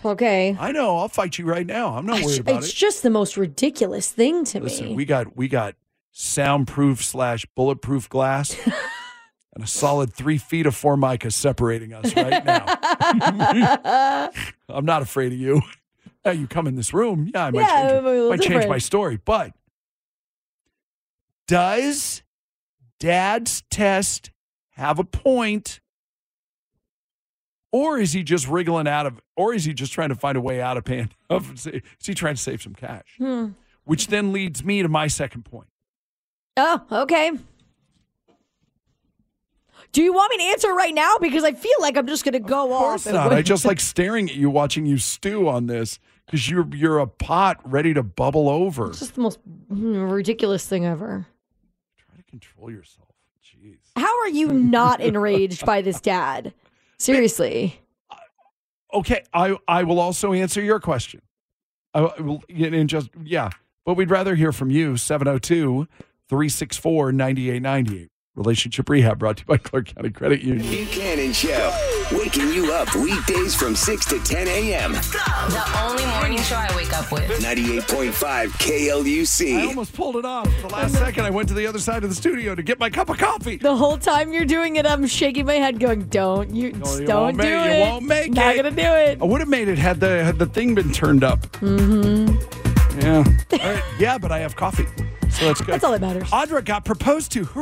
Speaker 4: Okay.
Speaker 3: I know. I'll fight you right now. I'm not worried
Speaker 4: It's,
Speaker 3: about
Speaker 4: it's
Speaker 3: it.
Speaker 4: just the most ridiculous thing to
Speaker 3: Listen,
Speaker 4: me.
Speaker 3: we got we got soundproof slash bulletproof glass and a solid three feet of formica separating us right now. I'm not afraid of you. Now you come in this room. Yeah, I might,
Speaker 4: Yeah,
Speaker 3: change,
Speaker 4: it'll be a little
Speaker 3: might change my
Speaker 4: different.
Speaker 3: story. But does dad's test have a point? Or is he just wriggling out of, or is he just trying to find a way out of paying? Of, is he trying to save some cash?
Speaker 4: Hmm.
Speaker 3: Which then leads me to my second point.
Speaker 4: Oh, okay. Do you want me to answer right now? Because I feel like I'm just going to go off.
Speaker 3: course not. I just like staring at you, watching you stew on this because you're you're a pot ready to bubble over.
Speaker 4: It's just the most mm, ridiculous thing ever.
Speaker 3: Control yourself.
Speaker 4: How are you not enraged by this dad? Seriously.
Speaker 3: Okay, I I will also answer your question. I will and just yeah, but we'd rather hear from you 702-364-9898. Relationship Rehab brought to you by Clark County Credit Union.
Speaker 1: Buchanan Show, waking you up weekdays from 6 to 10 a.m.
Speaker 2: The only morning show I wake up with.
Speaker 1: 98.5
Speaker 3: I
Speaker 1: KLUC.
Speaker 3: almost pulled it off. The last second I went to the other side of the studio to get my cup of coffee.
Speaker 4: The whole time you're doing it, I'm shaking my head, going, "Don't you? just
Speaker 3: you
Speaker 4: don't
Speaker 3: won't
Speaker 4: do
Speaker 3: make- you
Speaker 4: it.
Speaker 3: won't make
Speaker 4: Not
Speaker 3: it."
Speaker 4: gonna do it."
Speaker 3: I would have made it had the had the thing been turned up.
Speaker 4: Mm-hmm.
Speaker 3: Yeah. All right. Yeah, but I have coffee. So that's good.
Speaker 4: That's all that matters.
Speaker 3: Audra got proposed to. Hooray!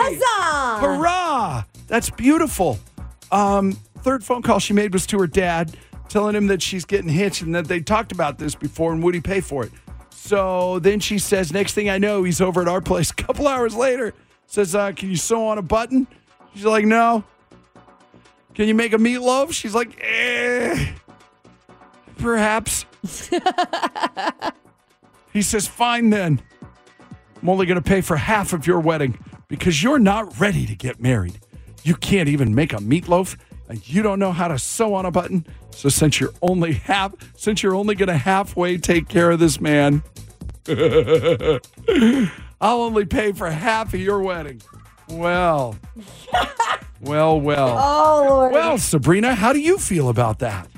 Speaker 4: Huzzah!
Speaker 3: Hurrah! That's beautiful. Um, third phone call she made was to her dad, telling him that she's getting hitched and that they talked about this before and would he pay for it. So then she says, next thing I know, he's over at our place. A couple hours later, says, uh, can you sew on a button? She's like, no. Can you make a meatloaf? She's like, eh, perhaps. he says, fine then. I'm only going to pay for half of your wedding because you're not ready to get married. You can't even make a meatloaf and you don't know how to sew on a button. So since you're only half, since you're only going to halfway take care of this man, I'll only pay for half of your wedding. Well, well, well.
Speaker 12: Oh, Lord.
Speaker 3: Well, Sabrina, how do you feel about that?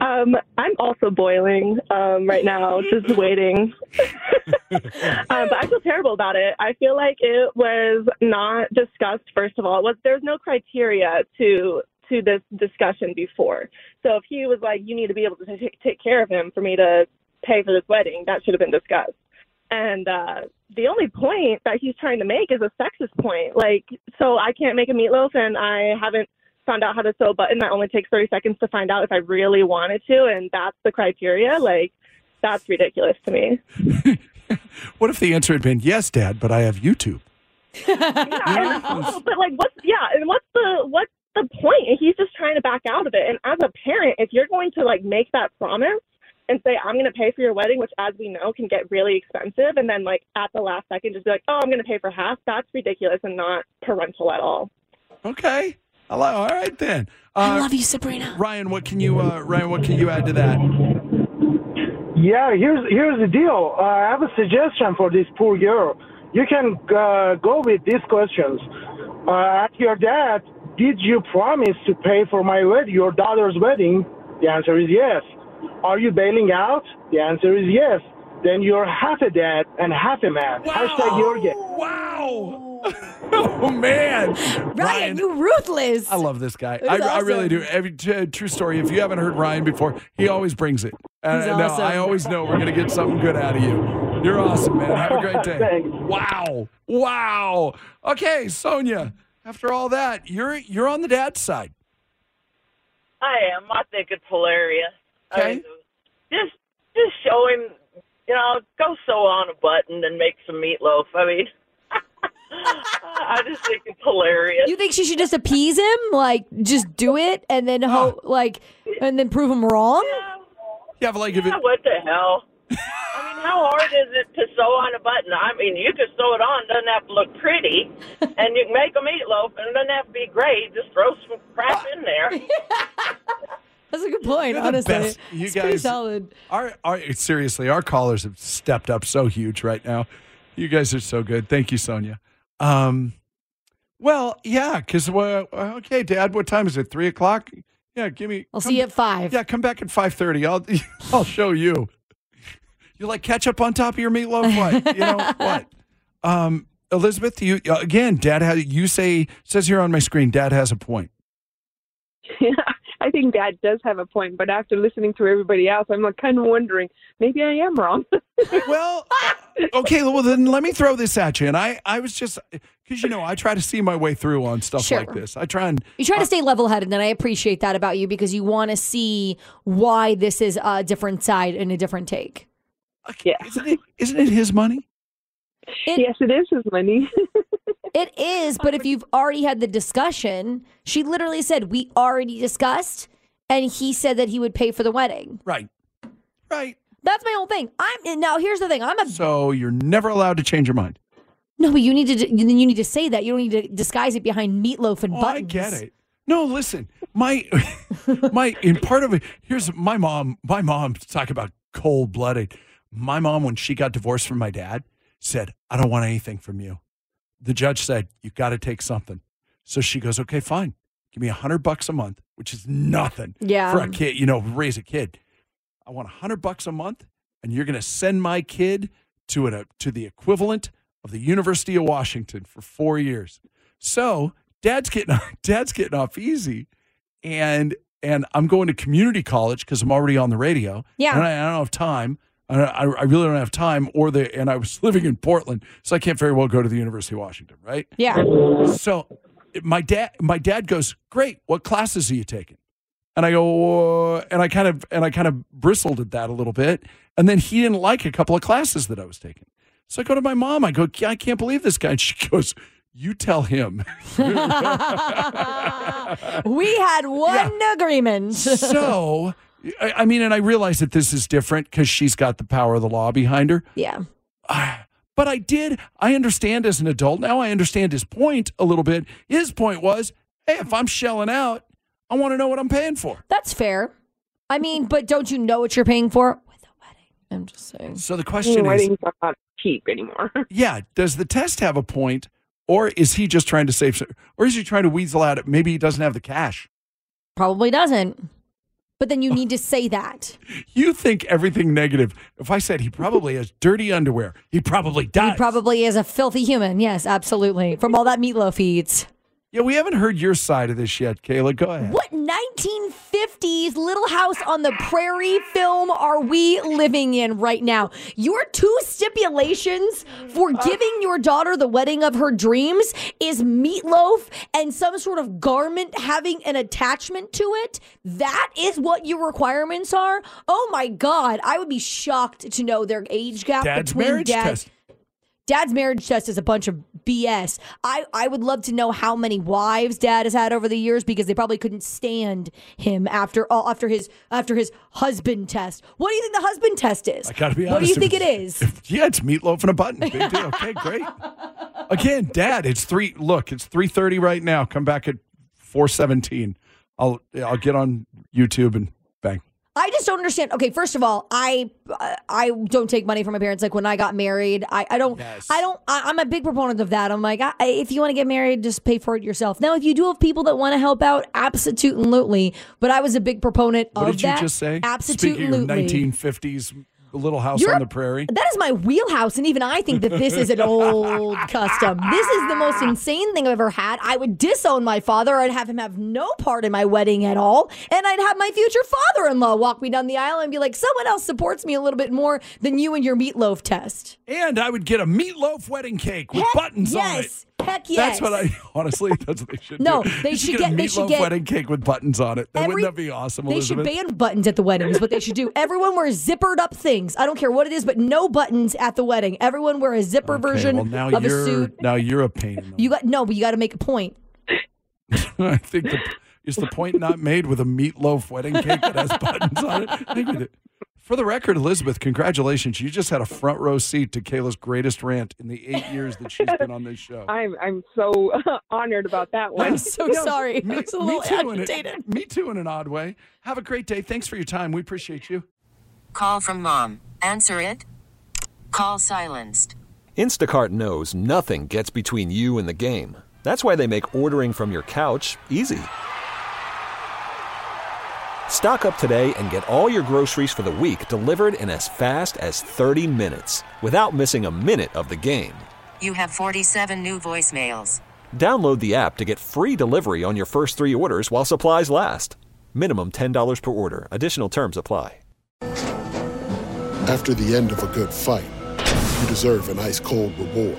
Speaker 13: Um, I'm also boiling um, right now, just waiting. um, but I feel terrible about it. I feel like it was not discussed. First of all, it was there was no criteria to to this discussion before. So if he was like, "You need to be able to take take care of him for me to pay for this wedding," that should have been discussed. And uh, the only point that he's trying to make is a sexist point. Like, so I can't make a meatloaf, and I haven't found out how to sew a button that only takes 30 seconds to find out if I really wanted to, and that's the criteria. Like, that's ridiculous to me.
Speaker 3: What if the answer had been yes, Dad, but I have YouTube?
Speaker 13: Yeah, and also, but like, what's yeah, and what's the what's the point? He's just trying to back out of it. And as a parent, if you're going to like make that promise and say I'm going to pay for your wedding, which as we know can get really expensive, and then like at the last second just be like, oh, I'm going to pay for half. That's ridiculous and not parental at all.
Speaker 3: Okay. Hello. All right then. I love
Speaker 4: you, Sabrina.
Speaker 3: Ryan, what can you uh, Ryan? What can you add to that?
Speaker 14: Yeah, here's here's the deal. Uh, I have a suggestion for this poor girl. You can uh, go with these questions. Uh, ask your dad, did you promise to pay for my wed- your daughter's wedding? The answer is yes. Are you bailing out? The answer is yes. Then you're half a dad and half a man. Hashtag you're gay.
Speaker 3: Wow. Oh man, Ryan,
Speaker 4: you ruthless.
Speaker 3: I love this guy.
Speaker 4: This
Speaker 3: I,
Speaker 4: is
Speaker 3: I really
Speaker 4: awesome.
Speaker 3: do. Every, t- true story. If you haven't heard Ryan before, he always brings it. Uh,
Speaker 4: He's
Speaker 3: no,
Speaker 4: awesome.
Speaker 3: I always know we're gonna get something good out of you. You're awesome, man. Have a great day. wow. Wow. Okay, Sonia, after all that, you're you're on the dad's side.
Speaker 15: I am. I think it's hilarious.
Speaker 3: Okay.
Speaker 15: I mean, just just show him, you know, go sew on a button and make some meatloaf. I mean, I just think it's hilarious.
Speaker 4: You think she should just appease him, like just do it, and then hope, like, and then prove him wrong?
Speaker 3: Yeah, but like if
Speaker 15: Yeah, what the hell? I mean, how hard is it to sew on a button? I mean, you can sew it on, doesn't have to look pretty, and you can make a meatloaf, and it doesn't have to be great. Just throw some crap in there.
Speaker 4: That's a good point.
Speaker 3: You're the
Speaker 4: honestly,
Speaker 3: best. You
Speaker 4: it's pretty
Speaker 3: guys-
Speaker 4: solid.
Speaker 3: Our, our seriously, our callers have stepped up so huge right now. You guys are so good. Thank you, Sonia. Um, well, yeah, because well, okay, Dad, what time is it? Three o'clock. Yeah, give me.
Speaker 4: I'll see you at five.
Speaker 3: Yeah, come back at five thirty. I'll I'll show you. You like ketchup on top of your meatloaf? What you know what? Um, Elizabeth, you uh, again. Dad, has, you say says here on my screen. Dad has a point.
Speaker 16: I think Dad does have a point, but after listening to everybody else, I'm like kind of wondering maybe I am wrong.
Speaker 3: well, okay, well then let me throw this at you. And I, I was just because you know I try to see my way through on stuff
Speaker 4: Sure.
Speaker 3: like this. I try and
Speaker 4: You try to stay level headed, and I appreciate that about you because you want to see why this is a different side and a different take.
Speaker 16: yeah.
Speaker 3: Isn't it, isn't it his money?
Speaker 16: yes, it is his money.
Speaker 4: It is, but if you've already had the discussion, she literally said, We already discussed, and he said that he would pay for the wedding.
Speaker 3: right, right.
Speaker 4: That's my whole thing. I'm and now here's the thing. I'm a
Speaker 3: So you're never allowed to change your mind.
Speaker 4: no, but you need to then you need to say that. You don't need to disguise it behind meatloaf and
Speaker 3: Oh,
Speaker 4: buttons.
Speaker 3: I get it. No, listen, my my in part of it here's my mom. My mom talk about cold blooded. My mom when she got divorced from my dad said, "I don't want anything from you." The judge said, "You got to take something." So she goes, "Okay, fine. Give me a hundred bucks a month, which is nothing
Speaker 17: Yeah.
Speaker 3: for a kid. You know, raise a kid. I want a hundred bucks a month, and you're going to send my kid to an, uh, to the equivalent of the University of Washington for four years. So dad's getting dad's getting off easy, and and I'm going to community college because I'm already on the radio.
Speaker 17: Yeah.
Speaker 3: and I, I don't have time. I, I I really don't have time, or the and I was living in Portland, so I can't very well go to the University of Washington, right?
Speaker 4: Yeah.
Speaker 3: So my dad my dad goes, "Great, what classes are you taking?" And I go, "Uh," and I kind of and I kind of bristled at that a little bit. And then he didn't like a couple of classes that I was taking. So I go to my mom. I go, "I can't believe this guy." And she goes, "You tell him."
Speaker 4: we had one agreement.
Speaker 3: so I, I mean, and I realize that this is different because she's got the power of the law behind her.
Speaker 4: Yeah.
Speaker 3: But I did. I understand as an adult now. I understand his point a little bit. His point was, hey, if I'm shelling out, I want to know what I'm paying for.
Speaker 4: That's fair. I mean, but don't you know what you're paying for? I'm just saying.
Speaker 3: So the question is,
Speaker 16: Weddings are not cheap anymore.
Speaker 3: yeah, does the test have a point, or is he just trying to save, some- or is he trying to weasel out? It? Maybe he doesn't have the cash.
Speaker 4: Probably doesn't. But then you
Speaker 3: Oh.
Speaker 4: need to say that.
Speaker 3: You think everything negative. If I said he probably has dirty underwear, he probably
Speaker 4: He
Speaker 3: does.
Speaker 4: probably is a filthy human. Yes, absolutely. From all that meatloaf he eats.
Speaker 3: yeah, we haven't heard your side of this yet, Kayla. Go ahead.
Speaker 4: What 1950s Little House on the Prairie film are we living in right now? Your two stipulations for giving your daughter the wedding of her dreams is meatloaf and some sort of garment having an attachment to it. That is what your requirements are. Oh my God. I would be shocked to know their age gap
Speaker 3: Dad's
Speaker 4: between
Speaker 3: marriage
Speaker 4: dad-
Speaker 3: test.
Speaker 4: Dad's marriage test is a bunch of BS. I, I would love to know how many wives dad has had over the years because they probably couldn't stand him after all after his after his husband test. What do you think the husband test is?
Speaker 3: I gotta be honest.
Speaker 4: What do you
Speaker 3: if-
Speaker 4: think it is?
Speaker 3: if- yeah, it's meatloaf and a button. Big deal. Okay, great. Again, Dad, it's three. Look, it's three thirty right now. Come back at four seventeen. I'll I'll get on YouTube and bang.
Speaker 4: I just don't understand. Okay, first of all, I uh, I don't take money from my parents. Like when I got married, I, I don't I don't I, I'm a big proponent of that. I'm like, I, I- if you want to get married, just pay for it yourself. Now, if you do have people that want to help out, absolutely. But I was a big proponent
Speaker 3: What
Speaker 4: of
Speaker 3: did
Speaker 4: Oh, that.
Speaker 3: you just say?
Speaker 4: Absolutely.
Speaker 3: Speaking of nineteen fifties Little House
Speaker 4: You're-
Speaker 3: on the Prairie.
Speaker 4: That is my wheelhouse, and even I think that this is an old custom. This is the most insane thing I've ever had. I would disown my father. I'd have him have no part in my wedding at all, and I'd have my future father-in-law walk me down the aisle and be like, "Someone else supports me a little bit more than you and your meatloaf test."
Speaker 3: And I would get a meatloaf wedding cake with buttons
Speaker 4: yes.
Speaker 3: on it.
Speaker 4: Heck yes.
Speaker 3: That's what I honestly. That's what they should.
Speaker 4: No,
Speaker 3: do.
Speaker 4: they should
Speaker 3: a
Speaker 4: get- they should
Speaker 3: meatloaf
Speaker 4: get-
Speaker 3: wedding cake with buttons on it. That
Speaker 4: Every-
Speaker 3: wouldn't that be awesome,
Speaker 4: They should
Speaker 3: Elizabeth?
Speaker 4: ban buttons at the wedding. Is what they should do. Everyone wear zippered up things. I don't care what it is, but no buttons at the wedding. Everyone wear a zipper
Speaker 3: Okay,
Speaker 4: version
Speaker 3: well, now
Speaker 4: of a
Speaker 3: you're
Speaker 4: suit.
Speaker 3: now you're a pain. in
Speaker 4: You got no, but you got to make a point.
Speaker 3: the- I think the, is the point not made with a meatloaf wedding cake that has buttons on it. I think it- For the record, Elizabeth, congratulations! You just had a front row seat to Kayla's greatest rant in the eight years that she's been on this show.
Speaker 16: I'm I'm so honored about that one.
Speaker 3: Yeah. Yeah, Me, me too in a- me too, in an odd way. Have a great day. Thanks for your time. We appreciate you.
Speaker 17: Call from mom. Answer it. Call silenced.
Speaker 18: Instacart knows nothing gets between you and the game. That's why they make ordering from your couch easy. Stock up today and get all your groceries for the week delivered in as fast as 30 minutes without missing a minute of the game.
Speaker 17: You have 47 new voicemails.
Speaker 18: Download the app to get free delivery on your first three orders while supplies last. Minimum $10 per order. Additional terms apply.
Speaker 19: After the end of a good fight, you deserve an ice cold reward.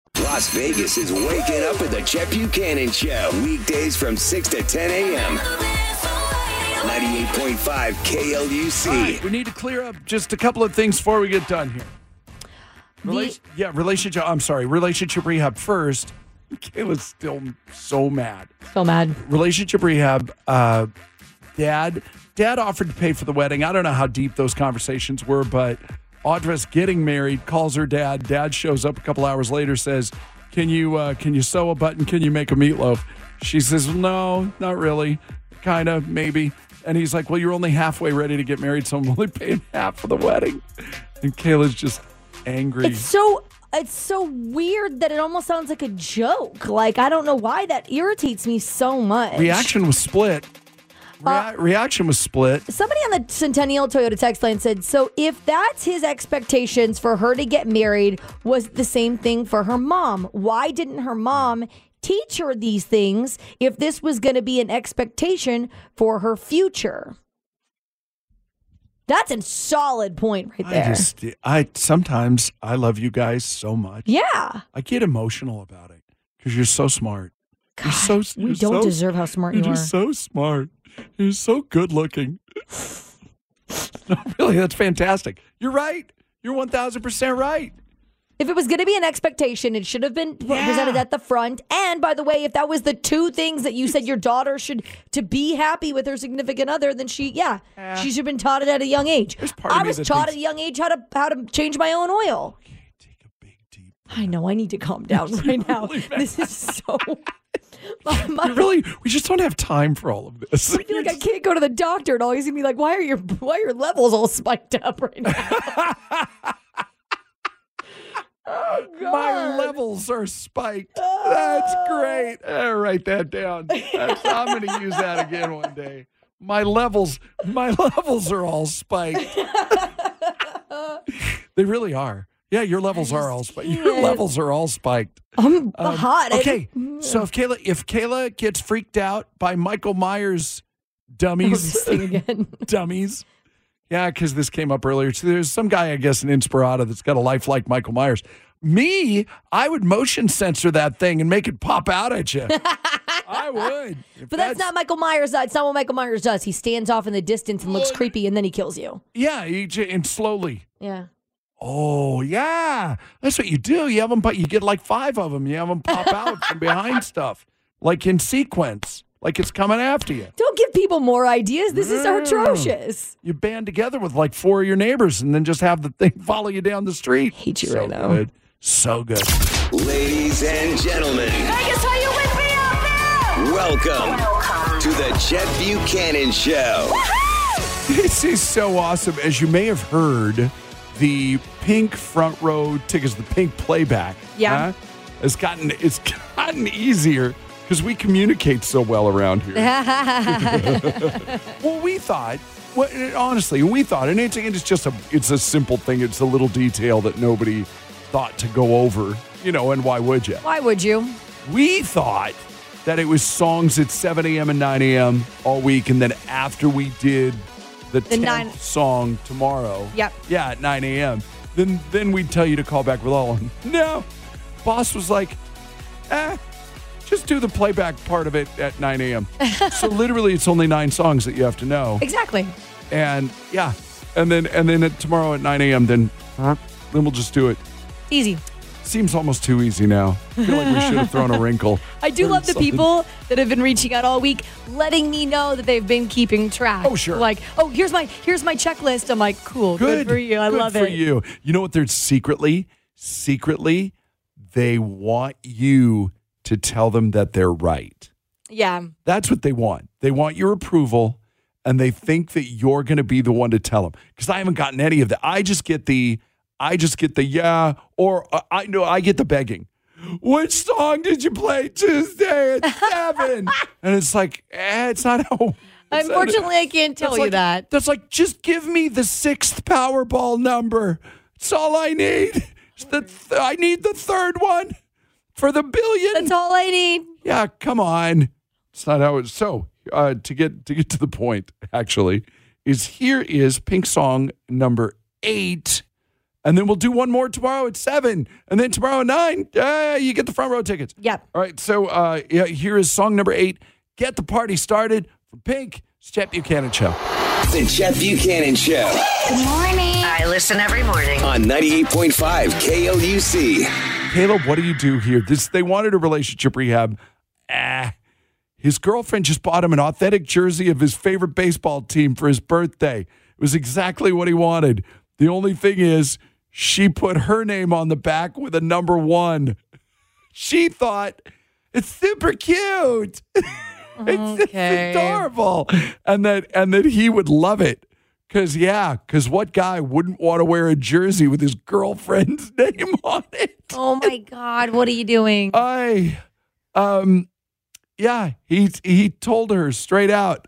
Speaker 1: Las Vegas is waking up with the Chet Buchanan Show. Weekdays from 6 to 10 a.m. 98.5
Speaker 3: All
Speaker 1: KLUC.
Speaker 3: right, we need to clear up just a couple of things before we get done here. Rela- yeah, relationship. I'm sorry, relationship rehab first. Kayla's still so mad.
Speaker 4: So mad.
Speaker 3: Relationship rehab. Uh, dad, dad offered to pay for the wedding. I don't know how deep those conversations were, but Audra's getting married. Calls her dad. Dad shows up a couple hours later. Says, "Can you uh, can you sew a button? Can you make a meatloaf?" She says, "No, not really. Kind of, maybe." And he's like, "Well, you're only halfway ready to get married, so I'm only paying half for the wedding." And Kayla's just angry.
Speaker 4: It's so it's so weird that it almost sounds like a joke. Like I don't know why that irritates me so much.
Speaker 3: Reaction was split. Rea-
Speaker 4: Uh,
Speaker 3: reaction was split.
Speaker 4: Somebody on the Centennial Toyota text line said, "So if that's his expectations for her to get married was the same thing for her mom, why didn't her mom teach her these things if this was going to be an expectation for her future?" That's a solid point right
Speaker 3: I
Speaker 4: there.
Speaker 3: just, I sometimes I love you guys so much.
Speaker 4: Yeah.
Speaker 3: I get emotional about it because you're so smart. you're so.
Speaker 4: we
Speaker 3: you're
Speaker 4: don't
Speaker 3: so-
Speaker 4: deserve how smart
Speaker 3: you're
Speaker 4: you
Speaker 3: just
Speaker 4: are.
Speaker 3: so smart. You're so good looking. no, really, that's fantastic. You're right. You're one thousand percent right.
Speaker 4: If it was going to be an expectation, it should have been pre- presented at the front. And by the way, if that was the two things that you said your daughter should to be happy with her significant other, then she, yeah, she should have been taught it at a young age.
Speaker 3: of
Speaker 4: I
Speaker 3: me
Speaker 4: was
Speaker 3: that
Speaker 4: taught
Speaker 3: thinks-
Speaker 4: at a young age how to how to change my own oil. I know. I need to calm down right now. this is so. My, my,
Speaker 3: You really, we just don't have time for all of this.
Speaker 4: I feel like I can't go to the doctor, and always gonna be like, "Why are your why are your levels all spiked up right now?" Oh,
Speaker 3: My levels are spiked. That's
Speaker 4: Ah.
Speaker 3: great. Uh, write that down. That's- I'm going to use that again one day. My levels, my levels are all spiked. they really are. Yeah, your levels are all spiked. Your
Speaker 4: can't.
Speaker 3: levels are all spiked.
Speaker 4: I'm
Speaker 3: Um,
Speaker 4: hot. Mm. I-
Speaker 3: Okay, so if Kayla, if Kayla gets freaked out by Michael Myers dummies, dummies, Yeah, because this came up earlier. So there's some guy, I guess, in Inspirata that's got a life like Michael Myers. Me, I would motion censor that thing and make it pop out at you. I would. If
Speaker 4: But that's, not Michael Myers. It's not what Michael Myers does. He stands off in the distance and looks creepy, and then he kills you.
Speaker 3: Yeah, you, ju- and slowly.
Speaker 4: Yeah.
Speaker 3: Oh yeah, that's what you do. You have them, but you get like five of them. You have them pop out from behind stuff, like in sequence, like it's coming after you.
Speaker 4: Don't give people more ideas. This is
Speaker 3: Mm.
Speaker 4: atrocious.
Speaker 3: You band together with like four of your neighbors, and then just have the thing follow you down the street. Hate you so right now. Good. So good.
Speaker 1: Ladies and gentlemen,
Speaker 12: Vegas, how you with me out there?
Speaker 1: welcome to the Chet Buchanan Show.
Speaker 3: This is so awesome. As you may have heard, the pink front row tickets, the pink playback,
Speaker 4: Yeah.
Speaker 3: has gotten it's gotten easier because we communicate so well around here. well, we thought, well, it- honestly, we thought, and it's, it's just a, it's a simple thing. It's a little detail that nobody thought to go over, you know. And why would you?
Speaker 4: Why would you?
Speaker 3: We thought that it was songs at 7 a.m. and 9 a.m. all week, and then after we did the, 10th
Speaker 4: nine-
Speaker 3: song tomorrow,
Speaker 4: Yep.
Speaker 3: yeah, at 9 a.m. Then then we'd tell you to call back with all of them. No, boss was like, eh, just do the playback part of it at 9 a.m. so literally, it's only nine songs that you have to know,
Speaker 4: Exactly.
Speaker 3: and yeah, and then and then at, tomorrow at 9 a.m. Then then we'll just do it.
Speaker 4: Easy.
Speaker 3: Seems almost too easy now. I feel like we should have thrown a wrinkle.
Speaker 4: I do
Speaker 3: or
Speaker 4: love the
Speaker 3: something.
Speaker 4: people that have been reaching out all week, letting me know that they've been keeping track. Oh sure. Like, oh here's my here's my checklist. I'm like, cool, good, for you. I
Speaker 3: Good
Speaker 4: love
Speaker 3: for
Speaker 4: it.
Speaker 3: you. You know what? They're secretly, secretly, they want you to tell them that they're right.
Speaker 4: Yeah.
Speaker 3: That's what they want. They want your approval, and they think that you're going to be the one to tell them. Because I haven't gotten any of that. I just get the, I just get the yeah, or uh, I know I get the begging. Which song did you play Tuesday at seven? and it's like, eh, it's not how. it's not-
Speaker 4: Unfortunately, I can't tell
Speaker 3: that's
Speaker 4: you
Speaker 3: like-
Speaker 4: that.
Speaker 3: That's like, just give me the sixth Powerball number. It's all I need. It's the th- I need the third one for the billion.
Speaker 4: That's all I need.
Speaker 3: Yeah, come on. It's not how it's so. Uh, to get to get to the point, actually, is here is Pink Song number eight, and then we'll do one more tomorrow at seven, and then tomorrow at nine, uh, you get the front row tickets.
Speaker 4: Yep.
Speaker 3: All right. So uh, yeah, here is song number eight. Get the party started for Pink. It's Chet Buchanan show.
Speaker 1: The Chet Buchanan Show
Speaker 2: Good morning. I listen every morning.
Speaker 1: on 98.5 KLUC.
Speaker 3: Caleb, what do you do here? This they wanted a relationship rehab. Ah. His girlfriend just bought him an authentic jersey of his favorite baseball team for his birthday. It was exactly what he wanted. The only thing is, she put her name on the back with a number one. She thought it's super cute. it's,
Speaker 4: Okay.
Speaker 3: it's adorable, and that and that he would love it. Cause yeah, cause what guy wouldn't want to wear a jersey with his girlfriend's name on it?
Speaker 4: Oh my God, what are you
Speaker 3: Uh,
Speaker 4: doing?
Speaker 3: I, um, yeah, he he told her straight out,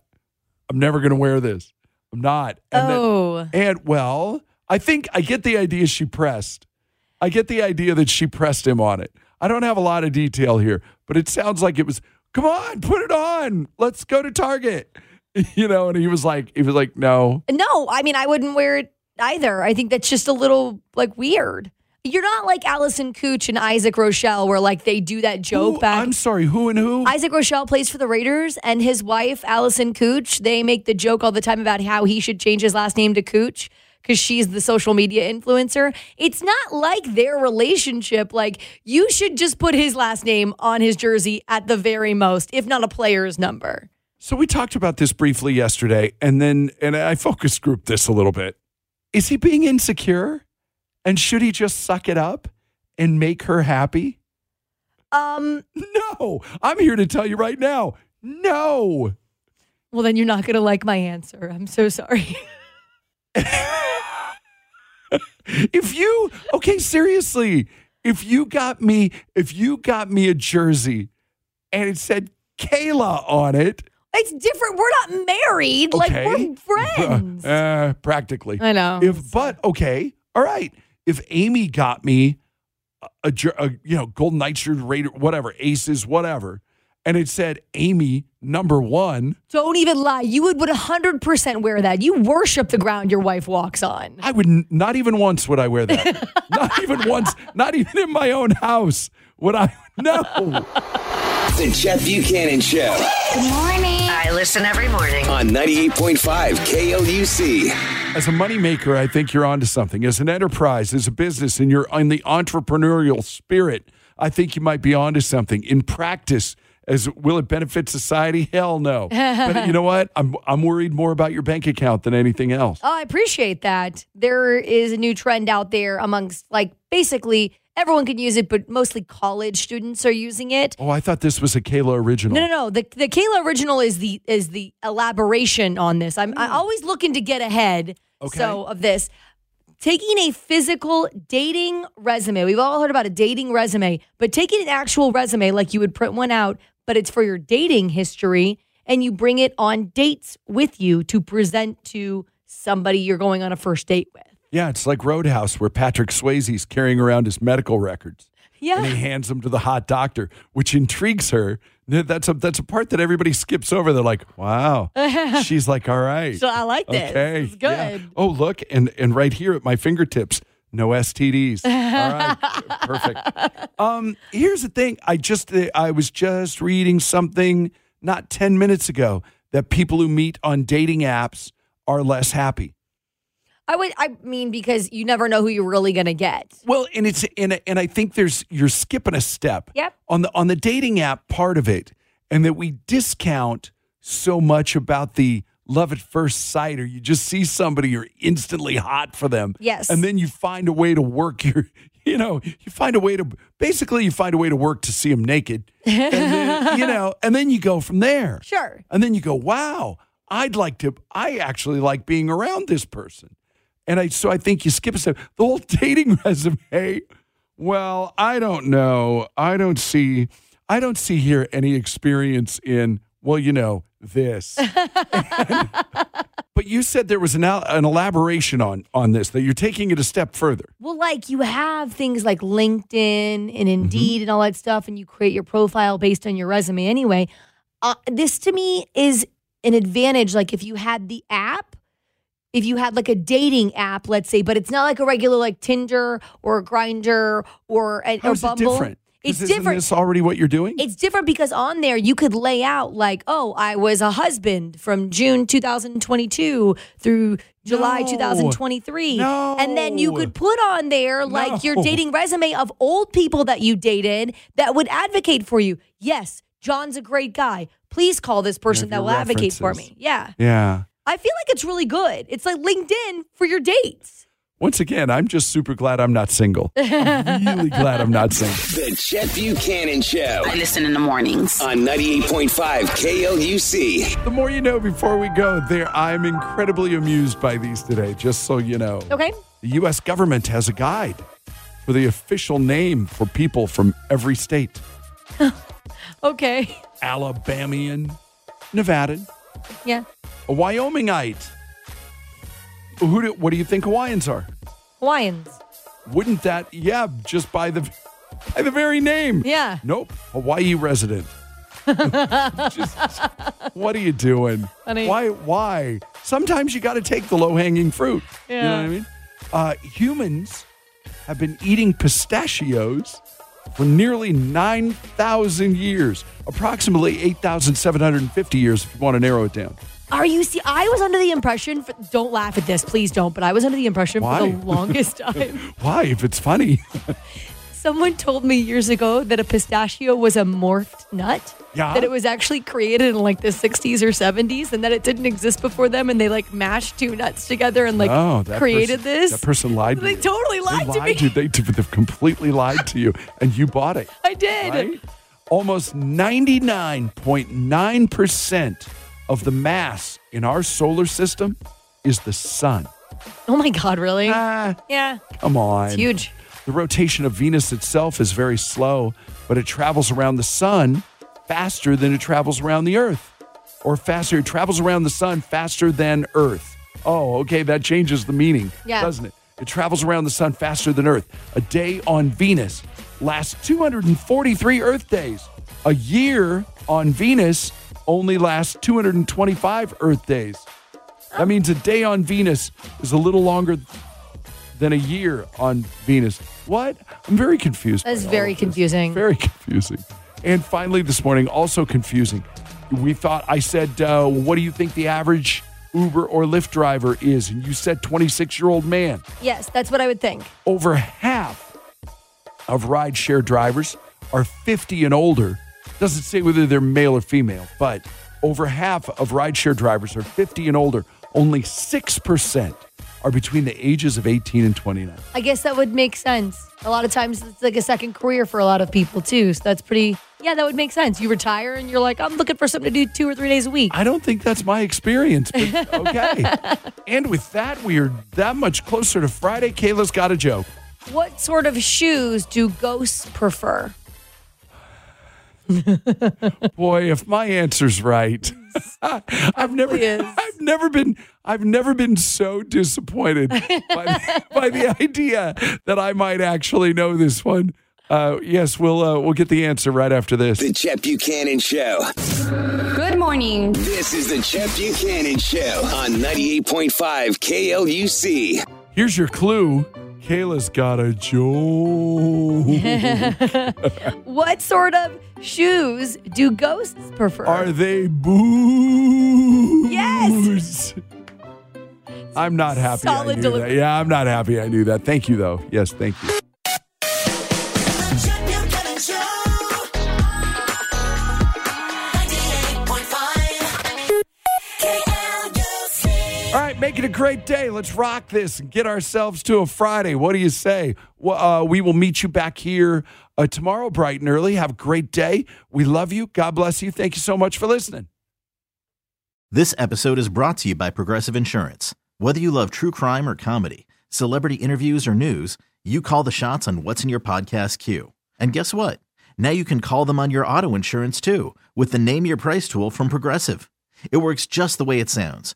Speaker 3: "I'm never going to wear this. I'm not." And then-
Speaker 4: Oh.
Speaker 3: and well, I think I get the idea she pressed. I get the idea that she pressed him on it. I don't have a lot of detail here, but it sounds like it was, "Come on, put it on. Let's go to Target." You know, and he was like, he was like, "No."
Speaker 4: No, I mean I wouldn't wear it either. I think that's just a little like weird. You're not like Allison Cooch and Isaac Rochelle, where like they do that joke
Speaker 3: Who-
Speaker 4: back.
Speaker 3: I'm sorry, who and who?
Speaker 4: Isaac Rochelle plays for the Raiders, and his wife Allison Cooch. They make the joke all the time about how he should change his last name to Cooch because she's the social media influencer. It's not like their relationship. Like you should just put his last name on his jersey at the very most, if not a player's number.
Speaker 3: So we talked about this briefly yesterday, and then and I focus grouped this a little bit. Is he being insecure? And should he just suck it up and make her happy?
Speaker 4: Um.
Speaker 3: No. I'm here to tell you right now. No.
Speaker 4: Well, then you're not gonna like my answer. I'm so sorry.
Speaker 3: If you okay, seriously, if you got me, if you got me a jersey and it said Kayla on it,
Speaker 4: It's different. We're not married.
Speaker 3: Okay.
Speaker 4: Like we're friends.
Speaker 3: uh, practically.
Speaker 4: I know.
Speaker 3: If but okay, all right. If Amy got me a, a jer- a, you know Golden Knights shirt, Raider, whatever, Aces, whatever, and it said Amy number one.
Speaker 4: Don't even lie. You would would hundred percent wear that. You worship the ground your wife walks on.
Speaker 3: I would n- not even once would I wear that. not even once. Not even in my own house would I. No.
Speaker 1: The Jeff Buchanan Show
Speaker 2: Good morning.
Speaker 17: I listen every morning.
Speaker 1: on 98.5 KLUC.
Speaker 3: As a moneymaker, I think you're onto something. As an enterprise, as a business, and you're in the entrepreneurial spirit, I think you might be onto something. In practice, as will it benefit society? Hell no. but you know what? I'm I'm worried more about your bank account than anything else.
Speaker 4: Oh, I appreciate that. There is a new trend out there amongst like basically everyone can use it, but mostly college students are using it.
Speaker 3: Oh, I thought this was a Kayla original.
Speaker 4: No, no, no. The the Kayla original is the is the elaboration on this. I'm I'm always looking to get ahead.
Speaker 3: Hmm. Okay.
Speaker 4: So of this, taking a physical dating resume. We've all heard about a dating resume, but taking an actual resume like you would print one out, but it's for your dating history, and you bring it on dates with you to present to somebody you're going on a first date with.
Speaker 3: Yeah, it's like Roadhouse where Patrick Swayze's carrying around his medical records.
Speaker 4: Yeah.
Speaker 3: And he hands them to the hot doctor, which intrigues her. Th- That's a that's a part that everybody skips over. They're like, "Wow." She's like, "All right."
Speaker 4: So I like this.
Speaker 3: Okay.
Speaker 4: It's
Speaker 3: yeah.
Speaker 4: good.
Speaker 3: Oh, look, and and right here at my fingertips, no STDs. All right. Perfect. Um, here's the thing. I just uh, I was just reading something not 10 minutes ago that people who meet on dating apps are less happy.
Speaker 4: I would. I mean, because you never know who you're really gonna get.
Speaker 3: Well, and it's and and I think there's you're skipping a step.
Speaker 4: Yep.
Speaker 3: On the on the dating app part of it, and that we discount so much about the love at first sight, or you just see somebody, you're instantly hot for them.
Speaker 4: Yes.
Speaker 3: And then you find a way to work your, you know, you find a way to basically you find a way to work to see them naked, and then, you know, and then you go from there.
Speaker 4: Sure.
Speaker 3: And then you go, wow, I'd like to, I actually like being around this person. And I, so I think you skip a step. The whole dating resume, well, I don't know. I don't see, I don't see here any experience in, well, you know, this. but you said there was an, el- an elaboration on, on this, that you're taking it a step further.
Speaker 4: Well, like you have things like LinkedIn
Speaker 3: Mm-hmm.
Speaker 4: and Indeed and all that stuff, and you create your profile based on your resume anyway. Uh, this to me is an advantage. Like if you had the app, if you had like a dating app, let's say, but it's not like a regular like Tinder or Grinder or a- or
Speaker 3: How's it
Speaker 4: Bumble.
Speaker 3: different? 'Cause
Speaker 4: It's
Speaker 3: isn't
Speaker 4: different.
Speaker 3: This already what you're doing?
Speaker 4: It's different because on there you could lay out like, oh, I was a husband from June 2022 through July
Speaker 3: No.
Speaker 4: 2023.
Speaker 3: No.
Speaker 4: And then you could put on there like your
Speaker 3: No.
Speaker 4: dating resume of old people that you dated that would advocate for you. Yes, John's a great guy. Please call this person that
Speaker 3: your
Speaker 4: will advocate for
Speaker 3: references.
Speaker 4: me. Yeah.
Speaker 3: yeah.
Speaker 4: I feel like it's really good. It's like LinkedIn for your dates.
Speaker 3: Once again, I'm just super glad I'm not single. I'm really glad I'm not single.
Speaker 1: The Jeff Buchanan Show
Speaker 2: I listen in the mornings.
Speaker 1: on 98.5 KLUC.
Speaker 3: The more you know before we go there, I'm incredibly amused by these today, just so you know.
Speaker 4: Okay.
Speaker 3: The U.S. government has a guide for the official name for people from every state
Speaker 4: Okay.
Speaker 3: Alabamian, Nevadan,
Speaker 4: Yeah.
Speaker 3: a Wyomingite. Who do, what do you think Hawaiians are?
Speaker 4: Hawaiians.
Speaker 3: Wouldn't that, yeah, just by the, by the very name.
Speaker 4: Yeah.
Speaker 3: Nope, Hawaii resident. Just- what are you doing?
Speaker 4: Funny.
Speaker 3: Why? Why? Sometimes you got to take the low hanging fruit. You know
Speaker 4: Yeah.
Speaker 3: what I mean? Uh, humans have been eating pistachios for nearly 9,000 years, approximately 8,750 years if you want to narrow it down.
Speaker 4: Are you see? I was under the impression. For, don't laugh at this, please don't. But I was under the impression for
Speaker 3: Why?
Speaker 4: the longest time.
Speaker 3: Why? If it's funny.
Speaker 4: Someone told me years ago that a pistachio was a morphed nut.
Speaker 3: Yeah.
Speaker 4: That it was actually created in like the 60s or 70s, and that it didn't exist before them, and they like mashed two nuts together and like
Speaker 3: oh, that
Speaker 4: created
Speaker 3: person-
Speaker 4: this.
Speaker 3: That person lied to
Speaker 4: They
Speaker 3: you.
Speaker 4: totally lied
Speaker 3: they
Speaker 4: to
Speaker 3: lied
Speaker 4: me.
Speaker 3: To you. They, they've completely lied to you, and you bought it.
Speaker 4: I did.
Speaker 3: right? Almost 99.9% of the mass in our solar system is the sun.
Speaker 4: Oh my god, really?
Speaker 3: Ah,
Speaker 4: yeah,
Speaker 3: come on.
Speaker 4: it's huge.
Speaker 3: The rotation of Venus itself is very slow, but it travels around the sun faster than it travels around the earth. Or faster, it travels around the sun faster than earth. Oh, okay, that changes the meaning,
Speaker 4: Yeah.
Speaker 3: doesn't it? It travels around the sun faster than earth. A day on Venus lasts 243 earth days. A year on Venus only lasts 225 Earth days. That means a day on Venus is a little longer than a year on Venus. What? I'm very confused.
Speaker 4: That's
Speaker 3: by all
Speaker 4: very
Speaker 3: of this.
Speaker 4: confusing.
Speaker 3: Very confusing. And finally, this morning, also confusing. We thought, I said, uh, what do you think the average Uber or Lyft driver is? And you said 26 year old man.
Speaker 4: Yes, that's what I would think.
Speaker 3: Over half of rideshare drivers are 50 and older. Doesn't say whether they're male or female, but over half of rideshare drivers are 50 and older. Only 6% are between the ages of 18 and 29.
Speaker 4: I guess that would make sense. A lot of times it's like a second career for a lot of people too. So that's pretty, yeah, that would make sense. You retire and you're like, I'm looking for something to do two or three days a week.
Speaker 3: I don't think that's my experience, but okay. and with that, we are that much closer to Friday. Kayla's got a joke.
Speaker 4: What sort of shoes do ghosts prefer?
Speaker 3: Boy, if my answer's right, I've never, I've never been, I've never been so disappointed by, by the idea that I might actually know this one. Uh, yes, we'll uh, we'll get the answer right after this.
Speaker 1: The Chet Buchanan Show.
Speaker 12: Good morning.
Speaker 1: This is the Chet Buchanan Show on 98.5 KLUC.
Speaker 3: Here's your clue. Kayla's got a joke.
Speaker 4: what sort of shoes do ghosts prefer?
Speaker 3: Are they booze?
Speaker 4: Yes.
Speaker 3: I'm not happy. I
Speaker 4: Solid
Speaker 3: knew
Speaker 4: delivery.
Speaker 3: that. Yeah, I'm not happy. I knew that. Thank you, though. Yes, thank you. All right, make it a great day. Let's rock this and get ourselves to a Friday. What do you say? Well, uh, we will meet you back here uh, tomorrow, bright and early. Have a great day. We love you. God bless you. Thank you so much for listening.
Speaker 20: This episode is brought to you by Progressive Insurance. Whether you love true crime or comedy, celebrity interviews or news, you call the shots on what's in your podcast queue. And guess what? Now you can call them on your auto insurance too with the Name Your Price tool from Progressive. It works just the way it sounds.